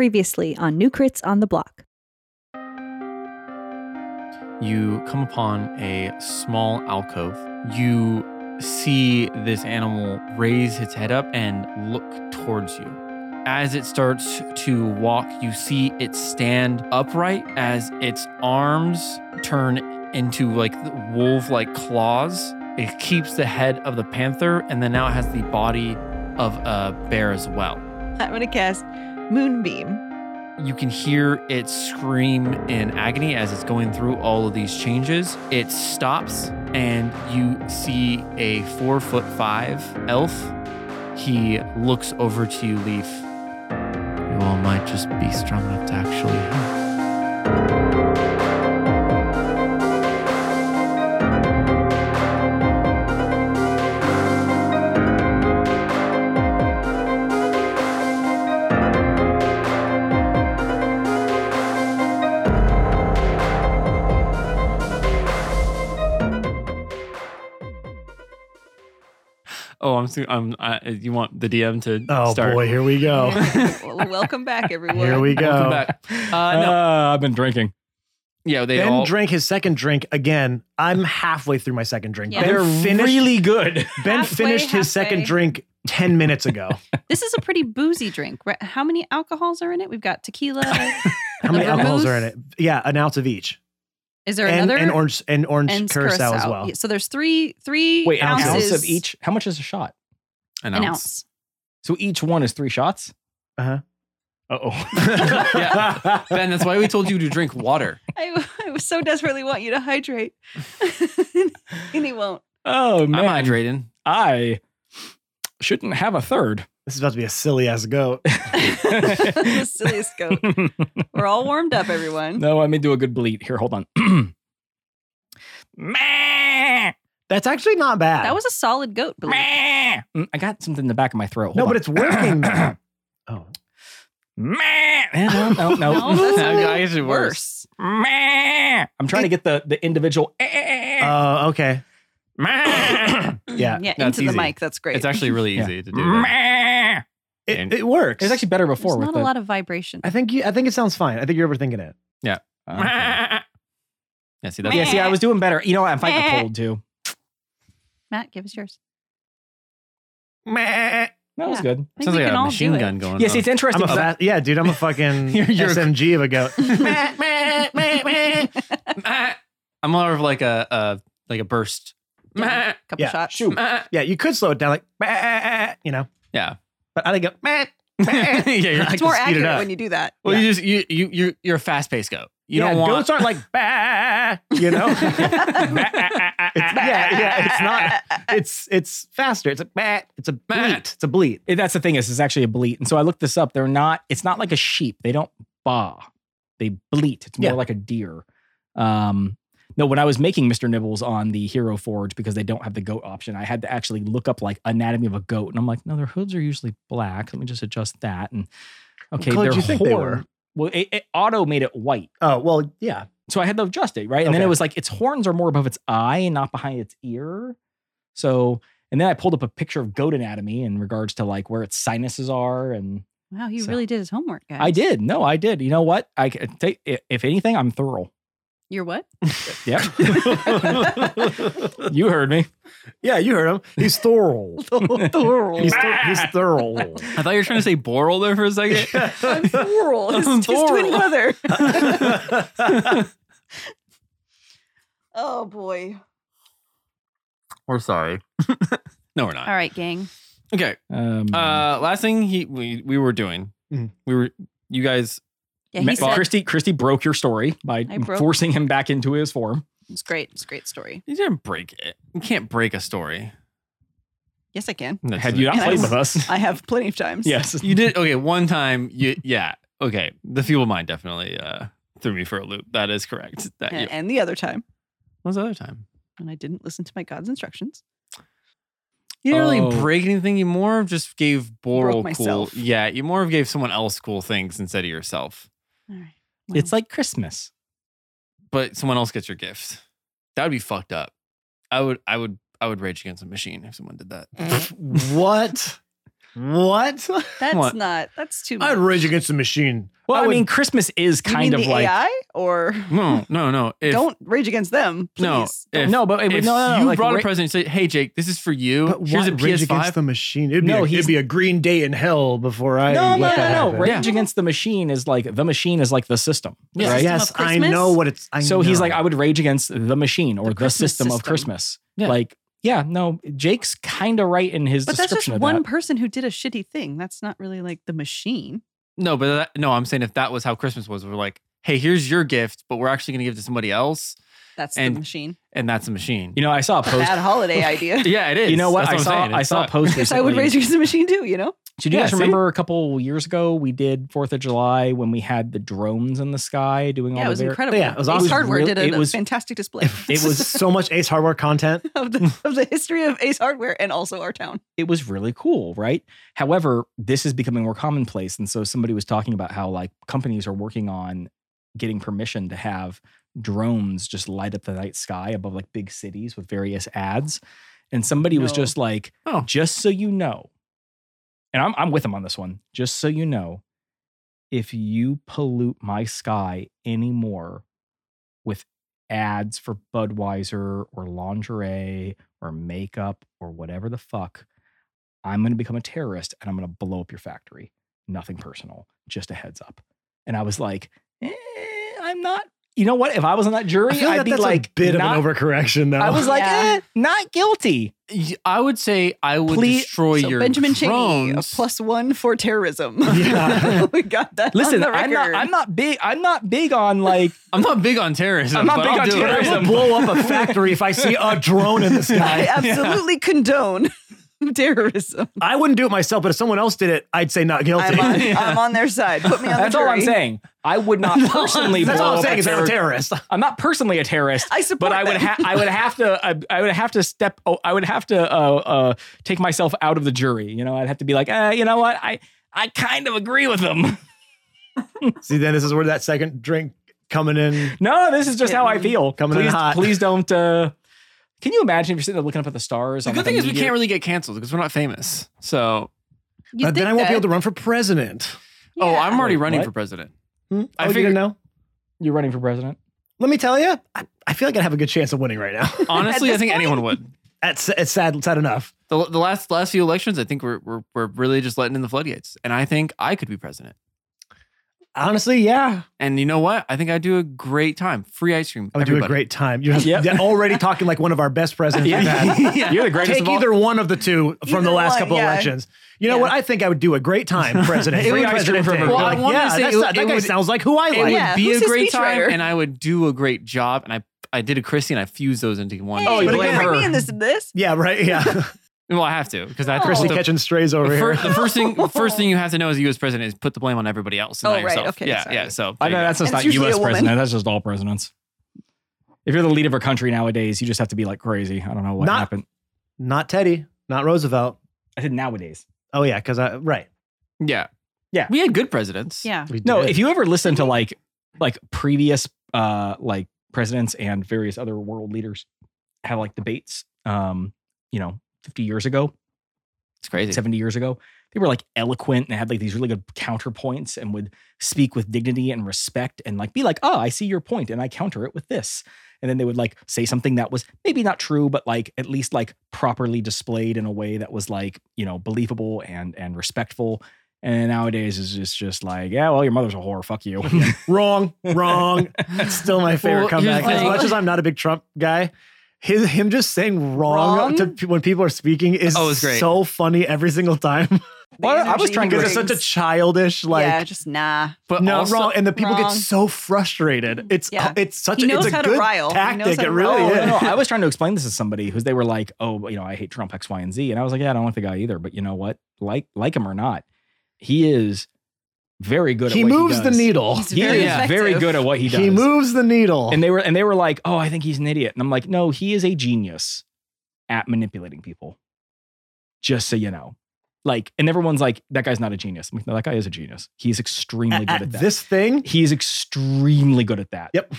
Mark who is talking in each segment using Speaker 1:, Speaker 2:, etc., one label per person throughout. Speaker 1: Previously on New Crits on the Block.
Speaker 2: You come upon a small alcove. You see this animal raise its head up and look towards you. As it starts to walk, you see it stand upright as its arms turn into like wolf like claws. It keeps the head of the panther and then now it has the body of a bear as well.
Speaker 3: I'm gonna cast Moonbeam.
Speaker 2: You can hear it scream in agony as it's going through all of these changes. It stops, and you see a four foot five elf. He looks over to you, Leaf. You all might just be strong enough to actually help. Oh, I'm. su- I'm. I, you want the DM to
Speaker 4: Oh
Speaker 2: start?
Speaker 4: boy, here we go.
Speaker 3: Well, welcome back, everyone.
Speaker 4: Here we go.
Speaker 2: Welcome back. Uh, no.
Speaker 5: I've been drinking.
Speaker 2: Yeah, they
Speaker 4: ben
Speaker 2: all.
Speaker 4: drank his second drink again. I'm halfway through my second drink.
Speaker 3: Yeah.
Speaker 4: Ben
Speaker 2: They're
Speaker 4: finished,
Speaker 5: really good.
Speaker 4: ben
Speaker 3: Halfway,
Speaker 4: finished his second
Speaker 3: halfway.
Speaker 4: drink 10 minutes ago.
Speaker 3: This is a pretty boozy drink. right? How many alcohols are in it? We've got tequila.
Speaker 4: How many
Speaker 3: The
Speaker 4: alcohols are in
Speaker 3: vermouth?
Speaker 4: it? Yeah, an ounce of each.
Speaker 3: Is there
Speaker 4: And,
Speaker 3: another?
Speaker 4: and orange and orange
Speaker 3: And
Speaker 4: curacao, as well.
Speaker 3: Yeah, So there's three three
Speaker 5: Wait, an
Speaker 3: ounces
Speaker 5: ounce of each. How much is a shot?
Speaker 2: an
Speaker 3: An
Speaker 2: ounce.
Speaker 3: ounce.
Speaker 5: So each one is three shots.
Speaker 4: Uh-huh.
Speaker 5: Uh oh.
Speaker 2: Yeah. Ben, that's why we told you to drink water.
Speaker 3: I, I so desperately want you to hydrate, and he won't.
Speaker 5: Oh man,
Speaker 2: I'm hydrating.
Speaker 5: I shouldn't have a third.
Speaker 4: This is about to be a silly ass goat.
Speaker 3: the silliest goat. We're all warmed up, everyone.
Speaker 5: no, I may do a good bleat here. Hold on. Meh,
Speaker 4: That's actually not bad.
Speaker 3: That was a solid goat. Believe. it.
Speaker 5: meh. Mm, I got something in the back of my throat. Hold
Speaker 4: no,
Speaker 5: on.
Speaker 4: but it's working. now. oh.
Speaker 5: Meh. Eh, No, no, no.
Speaker 3: No, that's
Speaker 2: That
Speaker 3: only
Speaker 2: guy is worse.
Speaker 5: Meh. I'm trying to get the the individual. eh, eh, eh, eh.
Speaker 4: Uh, okay.
Speaker 5: Meh.
Speaker 4: Yeah.
Speaker 3: Mm, Yeah,
Speaker 2: No, it's
Speaker 3: into the
Speaker 2: easy.
Speaker 3: mic. That's great.
Speaker 2: It's actually really
Speaker 5: Yeah.
Speaker 2: easy to do. that.
Speaker 5: Meh.
Speaker 4: It, it works.
Speaker 5: It was actually better before.
Speaker 3: There's
Speaker 5: with
Speaker 3: not
Speaker 5: the,
Speaker 3: a lot of vibration.
Speaker 4: I think you I think it sounds fine. I think you're overthinking it.
Speaker 5: Okay.
Speaker 2: Yeah, see, that's
Speaker 5: Yeah, see, I was doing better. You know, what? I'm fighting
Speaker 3: Meh.
Speaker 5: a cold too.
Speaker 3: Matt, give us yours.
Speaker 5: That was
Speaker 3: Yeah.
Speaker 5: good.
Speaker 3: I think
Speaker 2: sounds
Speaker 3: we
Speaker 2: like
Speaker 3: can
Speaker 2: a
Speaker 3: all do
Speaker 2: machine
Speaker 3: it.
Speaker 2: gun going.
Speaker 5: Yes,
Speaker 2: on.
Speaker 5: it's interesting.
Speaker 4: I'm a
Speaker 5: because-
Speaker 4: fat, yeah, dude, I'm a fucking
Speaker 5: You're- you're-
Speaker 4: SMG of a goat.
Speaker 2: I'm more of like a, a like a burst.
Speaker 3: Yeah. Couple
Speaker 4: Yeah,
Speaker 3: shots.
Speaker 5: shoot.
Speaker 4: Yeah, you could slow it down, like, you know.
Speaker 2: Yeah.
Speaker 4: But I think it-
Speaker 2: yeah, you're,
Speaker 4: I
Speaker 3: It's
Speaker 4: can
Speaker 3: more
Speaker 4: speed it
Speaker 3: accurate
Speaker 4: up.
Speaker 3: when you do that.
Speaker 2: well, you just you you you're, you're a fast paced goat. You
Speaker 4: yeah,
Speaker 2: don't want.
Speaker 4: goats aren't like bah, you know. it's, yeah, yeah, it's not. It's it's faster. It's a bah, It's a bleat. It's a bleat.
Speaker 5: it- that's the thing is, it's actually a bleat. And so I looked this up. They're not. It's not like a sheep. They don't baa. They bleat. It's more
Speaker 4: Yeah.
Speaker 5: like a deer. Um, no, when I was making Mr. Nibbles on the Hero Forge because they don't have the goat option, I had to actually look up like anatomy of a goat, and I'm like, no, their hooves are usually black. Let me just adjust that. And okay,
Speaker 4: color
Speaker 5: their
Speaker 4: do you think they
Speaker 5: horn-
Speaker 4: were?
Speaker 5: Well, it, it auto made it white.
Speaker 4: Oh well, yeah.
Speaker 5: so I had to adjust it, right? And then
Speaker 4: Okay.
Speaker 5: it was like its horns are more above its eye and not behind its ear. So, and then I pulled up a picture of goat anatomy in regards to like where its sinuses are. And
Speaker 3: Wow, he
Speaker 5: So-
Speaker 3: really did his homework, guys.
Speaker 5: I did. No, I did. You know what? I c- take, i- if anything, I'm thorough.
Speaker 3: You're what?
Speaker 5: Yep. you heard me.
Speaker 4: yeah, you heard him. He's thorough.
Speaker 3: Thorough.
Speaker 4: He's, thor- he's thorough.
Speaker 2: I thought you were trying to say boral there for a second.
Speaker 3: I'm Thorough. His, his twin
Speaker 2: Thorough.
Speaker 3: brother. oh boy.
Speaker 2: we're sorry. no, we're not.
Speaker 3: All right, gang.
Speaker 2: Okay.
Speaker 5: Um,
Speaker 2: Uh, last thing he we, we were doing,
Speaker 4: Mhm.
Speaker 2: we were you guys.
Speaker 3: Yeah,
Speaker 5: Ma-
Speaker 3: he said
Speaker 5: Christy, Christy broke your story by
Speaker 3: I broke-
Speaker 5: forcing him back into his form.
Speaker 3: it's great. It's a great story.
Speaker 2: You didn't break it. You can't break a story.
Speaker 3: Yes, I can.
Speaker 2: That's
Speaker 5: Had
Speaker 2: it.
Speaker 5: you not
Speaker 3: And I
Speaker 5: played
Speaker 3: was-
Speaker 5: with us?
Speaker 3: I have plenty of times.
Speaker 5: yes.
Speaker 2: You did okay one time. You yeah okay. The fuel mine definitely uh, threw me for a loop. That is correct. That
Speaker 3: And,
Speaker 2: yeah.
Speaker 3: and the other time
Speaker 2: What was the other time?
Speaker 3: when I didn't listen to my god's instructions.
Speaker 2: You didn't really
Speaker 5: Oh.
Speaker 2: break anything. You more of just gave Boral cool.
Speaker 3: myself.
Speaker 2: Yeah, you more of gave someone else cool things instead of yourself.
Speaker 3: All right. Well,
Speaker 5: It's like Christmas.
Speaker 2: But someone else gets your gift. That would be fucked up. I would I would I would rage against a machine if someone did that.
Speaker 4: what? What?
Speaker 3: That's
Speaker 2: What?
Speaker 3: not. That's too much.
Speaker 4: I'd rage against the machine.
Speaker 5: Well, I,
Speaker 4: I would-
Speaker 5: mean, Christmas is
Speaker 3: You
Speaker 5: kind
Speaker 3: mean
Speaker 5: of
Speaker 3: the
Speaker 5: like
Speaker 3: AI or
Speaker 2: No, no, no. If,
Speaker 3: don't rage against them.
Speaker 2: No,
Speaker 3: please.
Speaker 2: if-
Speaker 5: no, but
Speaker 2: If
Speaker 5: but no, no, no,
Speaker 2: you
Speaker 5: like,
Speaker 2: brought
Speaker 5: ra-
Speaker 2: a present and say, "Hey, Jake, this is for you.
Speaker 4: But
Speaker 2: Here's a
Speaker 4: why rage
Speaker 2: PS5."
Speaker 4: against the machine. It'd be,
Speaker 5: No,
Speaker 4: a,
Speaker 5: he's-
Speaker 4: it'd be a green day in hell before I.
Speaker 5: No, no,
Speaker 4: let that
Speaker 5: no, no.
Speaker 4: happen.
Speaker 5: Rage Against the Machine is like the machine is like the system,
Speaker 3: Yeah.
Speaker 5: right?
Speaker 3: System
Speaker 4: Yes,
Speaker 3: of
Speaker 4: I
Speaker 3: Christmas?
Speaker 4: know what it's. I
Speaker 5: so he's
Speaker 4: know.
Speaker 5: like, I would rage against the machine or
Speaker 3: The
Speaker 5: the,
Speaker 3: Christmas
Speaker 5: system, of
Speaker 3: system.
Speaker 5: Christmas.
Speaker 2: Yeah.
Speaker 5: Like, yeah, no, Jake's kind of right in his
Speaker 3: but that's just
Speaker 5: description of
Speaker 3: one
Speaker 5: that.
Speaker 3: person who did a shitty thing. That's not really like the machine.
Speaker 2: No, but that, no, I'm saying if that was how Christmas was, we're like, "Hey, here's your gift, but we're actually going to give it to somebody else,
Speaker 3: That's
Speaker 2: And-
Speaker 3: the machine.
Speaker 2: and that's a machine."
Speaker 5: You know, I saw a post.
Speaker 3: Bad holiday idea.
Speaker 2: yeah, it is.
Speaker 5: You know what?
Speaker 2: That's
Speaker 5: I
Speaker 2: I'm
Speaker 5: saw
Speaker 2: saying. It
Speaker 5: I saw a
Speaker 2: sucked.
Speaker 5: post.
Speaker 3: Yes, I would
Speaker 5: recently.
Speaker 3: rage against the machine too. You know.
Speaker 5: So do you
Speaker 2: Yeah,
Speaker 5: guys
Speaker 2: see?
Speaker 5: remember a couple years ago we did Fourth of July when we had the drones in the sky doing all
Speaker 3: Yeah, it
Speaker 5: the
Speaker 3: was
Speaker 5: var-
Speaker 3: incredible.
Speaker 4: yeah, it was
Speaker 3: Ace
Speaker 4: awesome.
Speaker 3: Hardware
Speaker 5: Real-
Speaker 3: did a,
Speaker 5: it
Speaker 3: a
Speaker 5: was-
Speaker 3: fantastic display
Speaker 5: It was
Speaker 4: so much Ace Hardware content.
Speaker 3: of the of the history of Ace Hardware and also our town.
Speaker 5: it was really cool, right? However, this is becoming more commonplace. And so somebody was talking about how like companies are working on getting permission to have drones just light up the night sky above like big cities with various ads. And somebody was
Speaker 3: No.
Speaker 5: just like,
Speaker 2: Oh.
Speaker 5: just so you know, and I'm, I'm with them on this one, just so you know, if you pollute my sky anymore with ads for Budweiser or lingerie or makeup or whatever the fuck, I'm going to become a terrorist and I'm going to blow up your factory. Nothing personal, just a heads up. And I was like, eh, I'm not. You know what? If I was on that jury,
Speaker 4: I feel
Speaker 5: I'd
Speaker 4: that
Speaker 5: be
Speaker 4: that's
Speaker 5: like,
Speaker 4: a bit
Speaker 5: not,
Speaker 4: of an overcorrection, though.
Speaker 5: I was like,
Speaker 3: Yeah.
Speaker 5: eh, not guilty.
Speaker 2: Y- I would say I would
Speaker 5: Please-
Speaker 2: destroy
Speaker 3: so
Speaker 2: your
Speaker 3: Benjamin Cheney, a
Speaker 2: drones.
Speaker 3: plus one for terrorism.
Speaker 4: Yeah.
Speaker 3: we got that.
Speaker 5: Listen,
Speaker 3: on the
Speaker 5: I'm not.
Speaker 3: record.
Speaker 5: I'm not big. I'm not big on like.
Speaker 2: I'm not big on terrorism.
Speaker 5: I'm not
Speaker 2: but
Speaker 5: big
Speaker 2: I'll
Speaker 5: on
Speaker 2: do it.
Speaker 4: I
Speaker 5: terrorism.
Speaker 4: would blow up a factory if I see a drone in the
Speaker 3: I
Speaker 4: sky.
Speaker 3: absolutely condone terrorism.
Speaker 4: I wouldn't do it myself, but if someone else did it, I'd say not guilty.
Speaker 3: I'm on,
Speaker 2: Yeah.
Speaker 3: I'm on their side. Put me on
Speaker 5: That's
Speaker 3: the
Speaker 5: all
Speaker 3: jury.
Speaker 5: I'm saying. I would not personally.
Speaker 4: That's
Speaker 5: blow
Speaker 4: all I'm
Speaker 5: up
Speaker 4: saying
Speaker 5: a
Speaker 4: is I'm
Speaker 5: terror-
Speaker 4: a terrorist.
Speaker 5: I'm not personally a terrorist.
Speaker 3: I support
Speaker 5: but I would
Speaker 3: them.
Speaker 5: ha- I would have to I, I would have to step oh, I would have to uh, uh, take myself out of the jury. You know, I'd have to be like, uh, you know what? I I kind of agree with them.
Speaker 4: See, then this is where that second drink coming in.
Speaker 5: no, this is just how I feel.
Speaker 4: Coming in
Speaker 5: please,
Speaker 4: hot.
Speaker 5: Please don't. Uh, can you imagine if you're sitting there looking up at the stars?
Speaker 2: The
Speaker 5: on
Speaker 2: good
Speaker 5: like a
Speaker 2: thing is we
Speaker 5: meteor-
Speaker 2: can't really get canceled because we're not famous. So,
Speaker 3: You
Speaker 4: Uh, then I won't be able to run for president.
Speaker 2: oh, I'm already
Speaker 5: Wait,
Speaker 2: running
Speaker 5: what?
Speaker 2: for president.
Speaker 4: Hmm?
Speaker 2: I
Speaker 4: Oh, you
Speaker 2: figured-
Speaker 4: didn't know.
Speaker 5: You're running for president.
Speaker 4: Let me tell you, I, I feel like I have a good chance of winning right now.
Speaker 2: Honestly, I
Speaker 3: this
Speaker 2: think
Speaker 3: point?
Speaker 2: anyone would.
Speaker 4: That's it's sad, sad enough.
Speaker 2: The, the last last few elections, I think we're, we're we're really just letting in the floodgates, and I think I could be president.
Speaker 4: Honestly, yeah,
Speaker 2: And you know what? I think I do a great time. Free ice cream.
Speaker 4: I would do a great time. You're
Speaker 5: Yep.
Speaker 4: you're already talking like one of our best presidents. we've had.
Speaker 2: yeah.
Speaker 5: You're the greatest
Speaker 4: Take
Speaker 5: of all.
Speaker 4: either one of the two from
Speaker 3: Either
Speaker 4: the last
Speaker 3: one,
Speaker 4: couple
Speaker 3: yeah.
Speaker 4: elections. You know
Speaker 3: Yeah.
Speaker 4: what? I think I would do a great time, President.
Speaker 5: Free
Speaker 4: Free
Speaker 5: ice cream
Speaker 4: President
Speaker 5: for
Speaker 4: Day. You're
Speaker 5: everyone. Well, I
Speaker 4: like,
Speaker 2: wanted to
Speaker 4: yeah,
Speaker 2: say
Speaker 4: that's
Speaker 2: it-
Speaker 4: not- that
Speaker 2: it
Speaker 4: guy
Speaker 2: would-
Speaker 4: sounds like who I
Speaker 2: It
Speaker 4: like.
Speaker 3: Yeah,
Speaker 2: would be
Speaker 3: who's
Speaker 2: a
Speaker 3: his
Speaker 2: great time,
Speaker 3: speechwriter?
Speaker 2: and I would do a great job. And I I did a Christie, and I fused those into one.
Speaker 3: Oh,
Speaker 5: Oh, you
Speaker 3: you
Speaker 4: But
Speaker 5: blame
Speaker 4: again-
Speaker 5: her.
Speaker 3: me in this. This.
Speaker 4: Yeah, right. Yeah,
Speaker 2: Well, I have to because I have to put
Speaker 4: Christy
Speaker 2: the,
Speaker 4: catching strays over
Speaker 2: the
Speaker 4: here.
Speaker 2: fir- the first thing the first thing you have to know as a U.S. president is put the blame on everybody else. And
Speaker 3: Oh,
Speaker 2: not
Speaker 3: right.
Speaker 2: Yourself.
Speaker 3: Okay,
Speaker 2: Yeah.
Speaker 3: sorry.
Speaker 2: Yeah. So
Speaker 5: I know that's just
Speaker 3: And
Speaker 5: not
Speaker 3: it's usually
Speaker 5: U.S.
Speaker 3: a woman.
Speaker 5: president. That's just all presidents. If you're the lead of a country nowadays, you just have to be like crazy. I don't know what
Speaker 4: Not-
Speaker 5: happened.
Speaker 4: Not Teddy. Not Roosevelt.
Speaker 5: I said nowadays.
Speaker 4: Oh yeah, because I right.
Speaker 2: yeah.
Speaker 5: Yeah.
Speaker 2: We had good presidents.
Speaker 3: Yeah.
Speaker 4: We
Speaker 5: No,
Speaker 4: did.
Speaker 5: if you ever listen to like like previous uh like presidents and various other world leaders have like debates, um, you know, 50 years ago,
Speaker 2: It's crazy.
Speaker 5: 70 years ago, they were like eloquent and had like these really good counterpoints and would speak with dignity and respect and like be like, oh, I see your point and I counter it with this. And then they would like say something that was maybe not true, but like at least like properly displayed in a way that was like, you know, believable and and respectful. And nowadays it's just, just like, yeah, well, your mother's a whore. Fuck you.
Speaker 4: wrong, wrong. It's still my favorite
Speaker 2: Well, here's
Speaker 4: comeback.
Speaker 3: the
Speaker 4: As
Speaker 3: thing.
Speaker 4: much as I'm not a big Trump guy, his him just saying wrong,
Speaker 3: Wrong?
Speaker 4: to pe- when people are speaking is
Speaker 2: Oh, it's great.
Speaker 4: so funny every single time
Speaker 5: Well, I was trying to
Speaker 4: because
Speaker 5: get
Speaker 4: it's such a childish like.
Speaker 3: yeah, just nah.
Speaker 2: But
Speaker 4: no,
Speaker 2: also,
Speaker 4: wrong, and the people get
Speaker 3: wrong.
Speaker 4: so frustrated. It's
Speaker 3: Yeah.
Speaker 4: it's such
Speaker 3: He
Speaker 4: a, it's
Speaker 3: knows
Speaker 4: a
Speaker 3: how to
Speaker 4: good
Speaker 3: rile. He knows
Speaker 4: tactic.
Speaker 3: how
Speaker 4: It
Speaker 3: to
Speaker 4: really
Speaker 5: Oh,
Speaker 3: rile.
Speaker 5: no,
Speaker 4: is.
Speaker 5: no, I was trying to explain this to somebody who's they were like, "Oh, you know, I hate Trump X, Y, and Z," and I was like, "Yeah, I don't like the guy either." But you know what? Like, like him or not, he is very good.
Speaker 4: He
Speaker 5: at what
Speaker 4: moves
Speaker 5: he
Speaker 4: the
Speaker 5: does.
Speaker 4: needle.
Speaker 3: He's
Speaker 5: He
Speaker 3: very
Speaker 5: is
Speaker 3: effective.
Speaker 5: very good at what he
Speaker 4: He,
Speaker 5: does.
Speaker 4: moves the needle.
Speaker 5: And they were and they were like, "Oh, I think he's an idiot," and I'm like, "No, he is a genius at manipulating people." Just so you know, like, and everyone's like, "That guy's not a genius." I'm like, "No, that guy is a genius. He's extremely
Speaker 4: at,
Speaker 5: good
Speaker 4: at
Speaker 5: at, that.
Speaker 4: this thing,
Speaker 5: He's extremely good at that.
Speaker 4: Yep.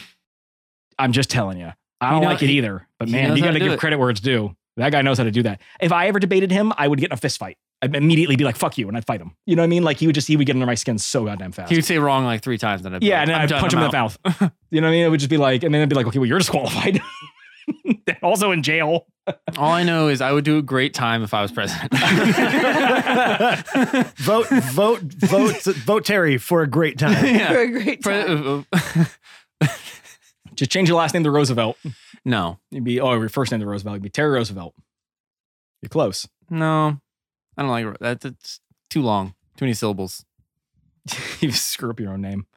Speaker 5: I'm just telling you. I don't
Speaker 2: know-
Speaker 5: like it either. But
Speaker 2: he
Speaker 5: man,
Speaker 2: knows
Speaker 5: you
Speaker 2: how
Speaker 5: got to
Speaker 2: to do
Speaker 5: give
Speaker 2: it.
Speaker 5: credit where it's due. That guy knows how to do that. If I ever debated him, I would get in a fist fight. I'd immediately be like, fuck you, and I'd fight him. You know what I mean? Like he would just he would get under my skin so goddamn fast.
Speaker 2: He would say wrong like three times, and I'd be
Speaker 5: yeah,
Speaker 2: like,
Speaker 5: and then
Speaker 2: I'm
Speaker 5: I'd
Speaker 2: done,
Speaker 5: punch
Speaker 2: I'm
Speaker 5: him in the
Speaker 2: out.
Speaker 5: mouth. you know what I mean? It would just be like, and then I'd be like, okay, well, you're disqualified. also in jail.
Speaker 2: All I know is I would do a great time if I was president.
Speaker 4: vote, vote, vote, vote Terry for a great time.
Speaker 3: for
Speaker 2: yeah.
Speaker 3: a great
Speaker 2: Pre-
Speaker 3: time.
Speaker 2: uh, uh,
Speaker 5: Just change your last name to Roosevelt.
Speaker 2: no,
Speaker 5: You'd be oh, your first name to Roosevelt. You'd be Terry Roosevelt. You're close.
Speaker 2: no, I don't like it. That, that's too long. Too many syllables.
Speaker 5: you screw up your own name.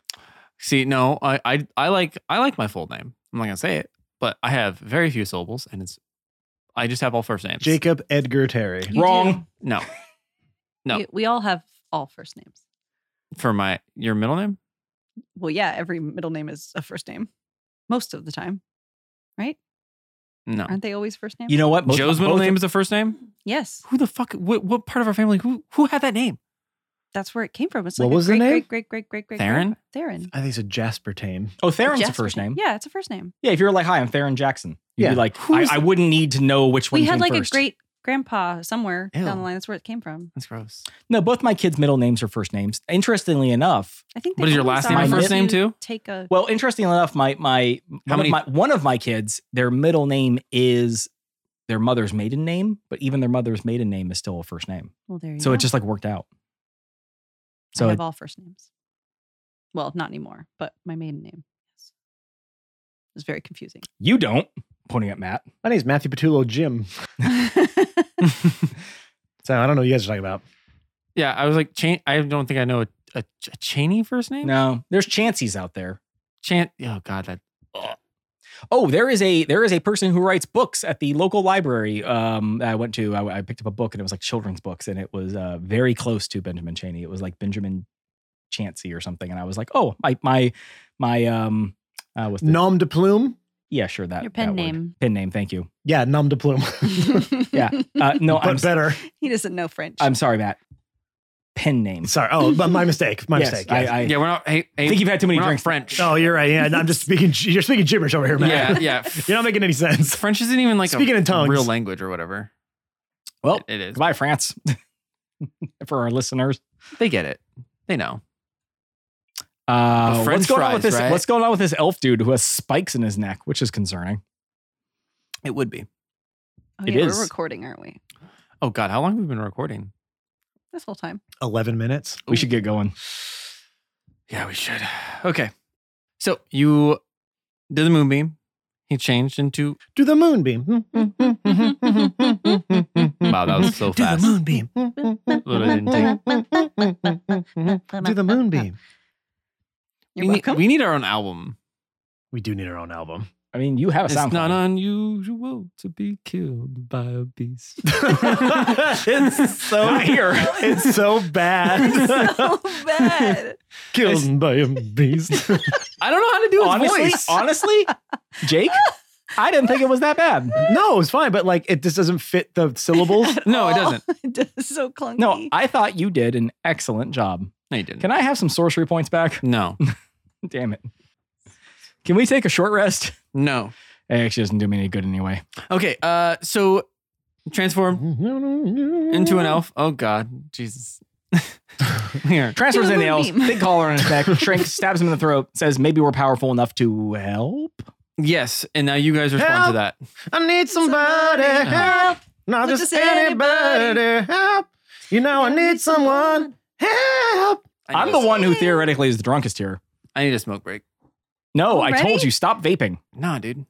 Speaker 2: See, no, I, I, I like, I like my full name. I'm not gonna say it, but I have very few syllables, and it's, I just have all first names.
Speaker 4: Jacob Edgar Terry.
Speaker 3: You
Speaker 5: Wrong.
Speaker 2: No, No.
Speaker 3: You- we all have all first names.
Speaker 2: for my your middle name.
Speaker 3: Well, yeah, every middle name is a first name most of the time.
Speaker 2: No,
Speaker 3: Aren't they always first names? Mm,
Speaker 5: You know what? Most-
Speaker 2: Joe's middle
Speaker 5: both-
Speaker 2: name is a first name.
Speaker 3: yes.
Speaker 2: Who the fuck? What, what part of our family? Who who had that name?
Speaker 3: That's where it came from. It's
Speaker 4: What
Speaker 3: like a
Speaker 4: was the
Speaker 3: great,
Speaker 4: name?
Speaker 3: great, great, great, great, great.
Speaker 2: Theron?
Speaker 3: Theron.
Speaker 4: I think it's a Jasper Tane.
Speaker 5: Oh, Theron's a
Speaker 3: Jasper
Speaker 5: first
Speaker 3: did.
Speaker 5: name.
Speaker 3: Yeah, it's a first name.
Speaker 5: Yeah, if you're like, hi, I'm Theron Jackson. You'd
Speaker 4: Yeah.
Speaker 5: be like, I,
Speaker 2: Who's-
Speaker 5: I wouldn't need to know which one.
Speaker 3: we had
Speaker 5: came
Speaker 3: like
Speaker 5: first.
Speaker 3: a great grandpa somewhere down
Speaker 2: Ew.
Speaker 3: the line. That's where it came from.
Speaker 2: That's gross.
Speaker 5: No, both my kids' middle names are first names. Interestingly enough,
Speaker 3: I think.
Speaker 2: What
Speaker 3: they
Speaker 2: is your
Speaker 3: always
Speaker 2: last name
Speaker 5: and
Speaker 3: allow
Speaker 5: first
Speaker 3: you
Speaker 2: name,
Speaker 3: to
Speaker 2: too?
Speaker 3: Take a.
Speaker 5: well, interestingly enough, my my
Speaker 2: How
Speaker 5: one
Speaker 2: many-
Speaker 5: of my one of my kids, their middle name is their mother's maiden name, but even their mother's maiden name is still a first name.
Speaker 3: Well, there you
Speaker 5: So
Speaker 3: go.
Speaker 5: it just like worked out.
Speaker 3: I
Speaker 5: So
Speaker 3: have all first names. Well, not anymore, but my maiden name. Yes. It was very confusing.
Speaker 5: you don't pointing at Matt.
Speaker 4: My name's Matthew Petullo Jim. So I don't know what you guys are talking about.
Speaker 2: Yeah, I was like, Chan- I don't think I know a, a, a Cheney first name.
Speaker 5: No, there's Chanceys out there.
Speaker 2: Chan. Oh God, that
Speaker 5: Oh, there is a there is a person who writes books at the local library. Um, that I went to. I, I picked up a book and it was like children's books, and it was uh, very close to Benjamin Cheney. It was like Benjamin Chancey or something, and I was like, oh, my my my um, uh, what's the,
Speaker 4: Nom de plume.
Speaker 5: yeah, sure that
Speaker 3: Your
Speaker 5: that
Speaker 3: pen
Speaker 5: word.
Speaker 3: name.
Speaker 5: pen name. Thank you.
Speaker 4: Yeah, nom de plume,
Speaker 5: Yeah. Uh, no,
Speaker 4: but
Speaker 5: I'm s-
Speaker 4: better.
Speaker 3: he doesn't know French.
Speaker 5: I'm sorry, Matt. Pen name.
Speaker 4: Sorry. Oh, but my mistake. My
Speaker 5: Yes,
Speaker 4: mistake.
Speaker 5: I,
Speaker 4: yes.
Speaker 5: I,
Speaker 2: yeah, we're not. Hey, hey,
Speaker 5: think you've had too many
Speaker 2: we're not
Speaker 5: drinks.
Speaker 2: French.
Speaker 4: oh, you're right. Yeah, and I'm just speaking. You're speaking gibberish over here, man.
Speaker 2: yeah, yeah.
Speaker 4: You're not making any sense.
Speaker 2: French isn't even like
Speaker 4: Speaking
Speaker 2: a
Speaker 4: in tongues.
Speaker 2: real language or whatever.
Speaker 5: Well,
Speaker 2: it is.
Speaker 5: goodbye, France. For our listeners,
Speaker 2: They get it. They know.
Speaker 5: uh,
Speaker 2: French
Speaker 5: what's going on with
Speaker 2: fries,
Speaker 5: this?
Speaker 2: right?
Speaker 5: What's going on with this elf dude who has spikes in his neck, which is concerning.
Speaker 2: It would be.
Speaker 3: oh,
Speaker 5: it
Speaker 3: yeah,
Speaker 5: is.
Speaker 3: We're recording, aren't we?
Speaker 2: Oh God, how long have we been recording?
Speaker 3: This whole time.
Speaker 4: Eleven minutes.
Speaker 5: We should get going.
Speaker 2: Yeah, we should. Okay. So you did the moonbeam. He changed into.
Speaker 4: To the moonbeam. Hmm?
Speaker 2: Wow,
Speaker 4: wow,
Speaker 2: that was so
Speaker 4: To the
Speaker 2: fast.
Speaker 4: moonbeam.
Speaker 3: Do
Speaker 4: To the moonbeam.
Speaker 3: You're
Speaker 2: we, need,
Speaker 3: welcome.
Speaker 2: we need our own album.
Speaker 4: We do need our own album.
Speaker 5: I mean, you have a
Speaker 2: It's
Speaker 5: sound.
Speaker 2: not unusual to be killed by a beast.
Speaker 4: it's so
Speaker 5: Not here.
Speaker 4: It's so bad.
Speaker 3: so bad.
Speaker 4: Killed by a beast.
Speaker 2: I don't know how to do his
Speaker 5: honestly,
Speaker 2: voice.
Speaker 5: honestly, Jake, I didn't think it was that bad.
Speaker 4: no, it's fine, but like it just doesn't fit the syllables.
Speaker 3: At
Speaker 2: No, it
Speaker 3: all.
Speaker 2: doesn't.
Speaker 3: Oh, it does so clunky.
Speaker 5: No, I thought you did an excellent job.
Speaker 2: No, you didn't.
Speaker 5: Can I have some sorcery points back?
Speaker 2: no,
Speaker 5: Damn it. Can we take a short rest?
Speaker 2: no.
Speaker 5: It actually doesn't do me any good anyway.
Speaker 2: Okay. Uh, so transform into
Speaker 4: Into
Speaker 5: Mm.
Speaker 2: an elf. Oh God, Jesus. Here,
Speaker 5: Transfers
Speaker 3: Do
Speaker 5: in
Speaker 3: the
Speaker 5: the elves,
Speaker 3: moonbeam.
Speaker 5: big collar on his neck, shrinks, stabs him in the throat, says maybe we're powerful enough to help.
Speaker 2: yes, and now you guys respond to
Speaker 4: Help.
Speaker 2: that.
Speaker 4: I need somebody
Speaker 3: Somebody
Speaker 4: help.
Speaker 3: help.
Speaker 4: Not
Speaker 3: Not
Speaker 4: just
Speaker 3: just anybody.
Speaker 4: anybody help. You know, I need someone help.
Speaker 2: I
Speaker 5: I'm
Speaker 2: need
Speaker 5: the
Speaker 2: a-
Speaker 5: one who theoretically is the drunkest here.
Speaker 2: I need a smoke break.
Speaker 5: No, I told
Speaker 3: Already?
Speaker 5: you, stop vaping.
Speaker 2: Nah, dude.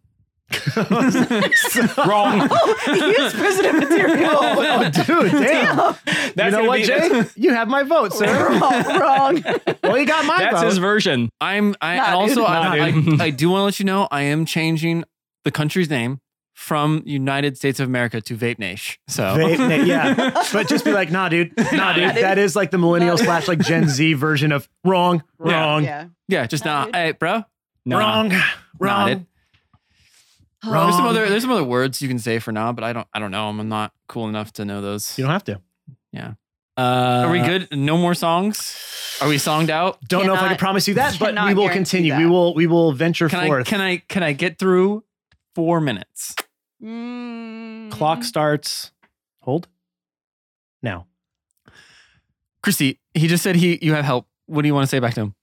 Speaker 5: Wrong.
Speaker 3: Oh, He is president material.
Speaker 4: Oh, dude, damn.
Speaker 5: That's
Speaker 4: you know
Speaker 5: gonna
Speaker 4: what,
Speaker 5: be-
Speaker 4: Jay? You have my vote, sir.
Speaker 3: wrong, wrong.
Speaker 4: well, you got my
Speaker 5: That's
Speaker 4: vote.
Speaker 5: his version.
Speaker 2: I'm. I
Speaker 3: Nah,
Speaker 2: and also.
Speaker 5: dude.
Speaker 2: I,
Speaker 5: Nah, dude.
Speaker 2: I, I do want to let you know I am changing the country's name from United States of America to Vape Nation. So
Speaker 4: Vape na- yeah, but just be like, nah, dude, nah, dude.
Speaker 3: dude.
Speaker 4: That is like the millennial
Speaker 3: Nah.
Speaker 4: slash like Gen Z version of wrong,
Speaker 2: Yeah.
Speaker 4: wrong,
Speaker 3: Yeah.
Speaker 2: yeah, just
Speaker 3: Nah,
Speaker 2: now.
Speaker 3: dude.
Speaker 2: Hey, bro.
Speaker 5: Nah.
Speaker 4: wrong,
Speaker 2: Nah,
Speaker 4: wrong.
Speaker 2: dude.
Speaker 4: Wrong.
Speaker 2: There's some other. There's some other words you can say for now, but I don't. I don't know. 'em. I'm not cool enough to know those.
Speaker 4: You don't have to.
Speaker 5: Uh,
Speaker 2: Are we good? No more songs? Are we songed out?
Speaker 4: Don't know if I can
Speaker 3: Cannot-
Speaker 4: promise you that, but
Speaker 3: cannot
Speaker 4: we will
Speaker 3: guarantee
Speaker 4: continue.
Speaker 3: that.
Speaker 4: We will we will venture
Speaker 2: Can I
Speaker 4: forth.
Speaker 2: can I can I get through four minutes?
Speaker 3: Mm.
Speaker 6: Mm-hmm.
Speaker 4: Clock starts. Hold. Now.
Speaker 2: Christy, he just said he you have help. What do you want to say back to him?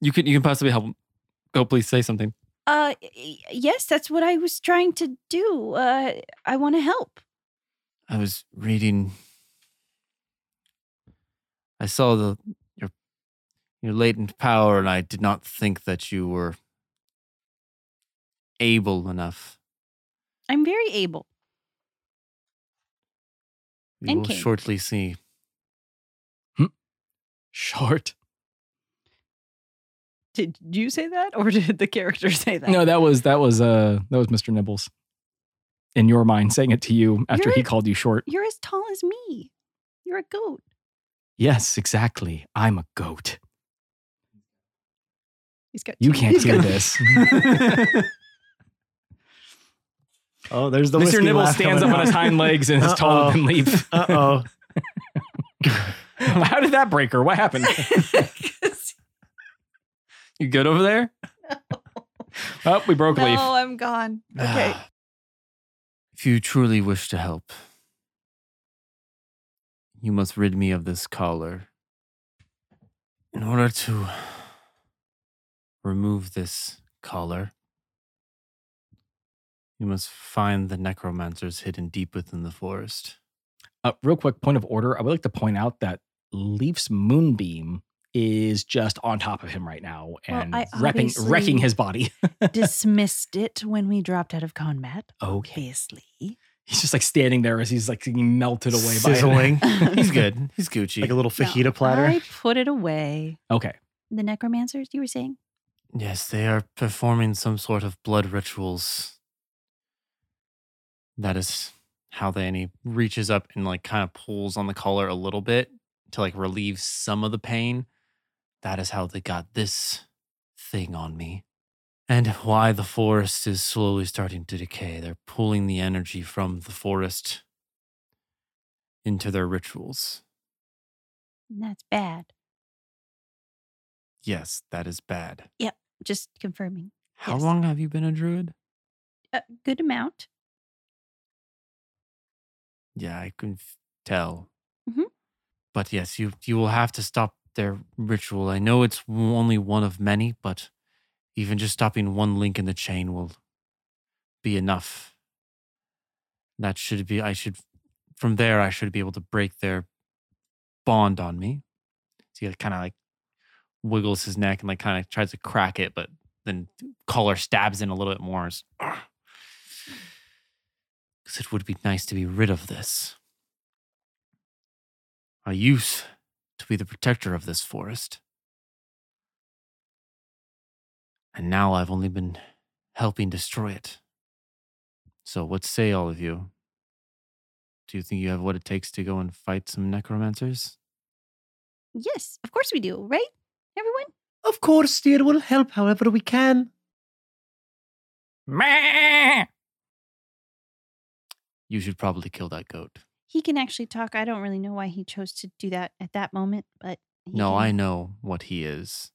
Speaker 2: You can you can possibly help him. Go please say something.
Speaker 6: Uh, y- yes, that's what I was trying to do. Uh, I want to help.
Speaker 2: I was reading. I saw the your your latent power, and I did not think that you were able enough.
Speaker 6: I'm very able.
Speaker 2: We
Speaker 6: And
Speaker 2: will
Speaker 6: capable.
Speaker 2: shortly see.
Speaker 5: Short.
Speaker 3: Did you say that or did the character say that?
Speaker 5: No, that was that was uh that was Mr. Nibbles. In your mind, saying it to you after he
Speaker 6: You're-
Speaker 5: called you short.
Speaker 6: You're as tall as me. You're a goat.
Speaker 5: Yes, exactly. I'm a goat.
Speaker 3: He's got
Speaker 5: You
Speaker 3: teeth.
Speaker 5: can't
Speaker 4: He's
Speaker 5: hear
Speaker 4: got-
Speaker 5: this.
Speaker 4: Oh, there's the
Speaker 5: Mr. Nibbles stands up on his hind legs and is taller
Speaker 4: Uh-oh.
Speaker 5: than Leaf.
Speaker 4: Uh oh.
Speaker 5: How did that break her? What happened?
Speaker 2: You good over there?
Speaker 5: Oh, we broke Leaf.
Speaker 6: No, I'm gone. Okay.
Speaker 5: Ah.
Speaker 2: if you truly wish to help, you must rid me of this collar. In order to remove this collar, you must find the necromancers hidden deep within the forest.
Speaker 5: Uh, real quick, point of order. I would like to point out that Leaf's moonbeam is just on top of him right now
Speaker 6: Well,
Speaker 5: and
Speaker 6: I
Speaker 5: wrecking,
Speaker 6: obviously-
Speaker 5: wrecking his body.
Speaker 6: Dismissed it when we dropped out of combat.
Speaker 5: Okay.
Speaker 6: Obviously.
Speaker 5: He's just like standing there as he's like getting melted away by it.
Speaker 4: Sizzling.
Speaker 2: He's good. He's Gucci.
Speaker 4: like a little fajita platter.
Speaker 3: I put it away.
Speaker 5: Okay.
Speaker 6: The necromancers, you were saying?
Speaker 2: Yes, they are performing some sort of blood rituals. That is how they and he reaches up and like kind of pulls on the collar a little bit to like relieve some of the pain. That is how they got this thing on me. And why the forest is slowly starting to decay. They're pulling the energy from the forest into their rituals.
Speaker 6: That's bad.
Speaker 2: Yes, that is bad.
Speaker 6: Just confirming.
Speaker 2: How
Speaker 6: Yes.
Speaker 2: long have you been a druid?
Speaker 6: A good amount.
Speaker 2: Yeah, I can f- tell.
Speaker 6: Mhm.
Speaker 2: But yes, you you will have to stop their ritual. I know it's w- only one of many, but even just stopping one link in the chain will be enough. That should be. I should from there. I should be able to break their bond on me. So he kind of like wiggles his neck and like kind of tries to crack it, but then collar stabs in a little bit more. Because it would be nice to be rid of this. I used to be the protector of this forest. And now I've only been helping destroy it. So, what say all of you? Do you think you have what it takes to go and fight some necromancers?
Speaker 6: Yes, of course we do, right? Everyone?
Speaker 4: Of course, dear. We'll help however we can.
Speaker 2: You should probably kill that goat.
Speaker 6: He can actually talk. I don't really know why he chose to do that at that moment, but. he
Speaker 2: No,
Speaker 6: can.
Speaker 2: I know what he is.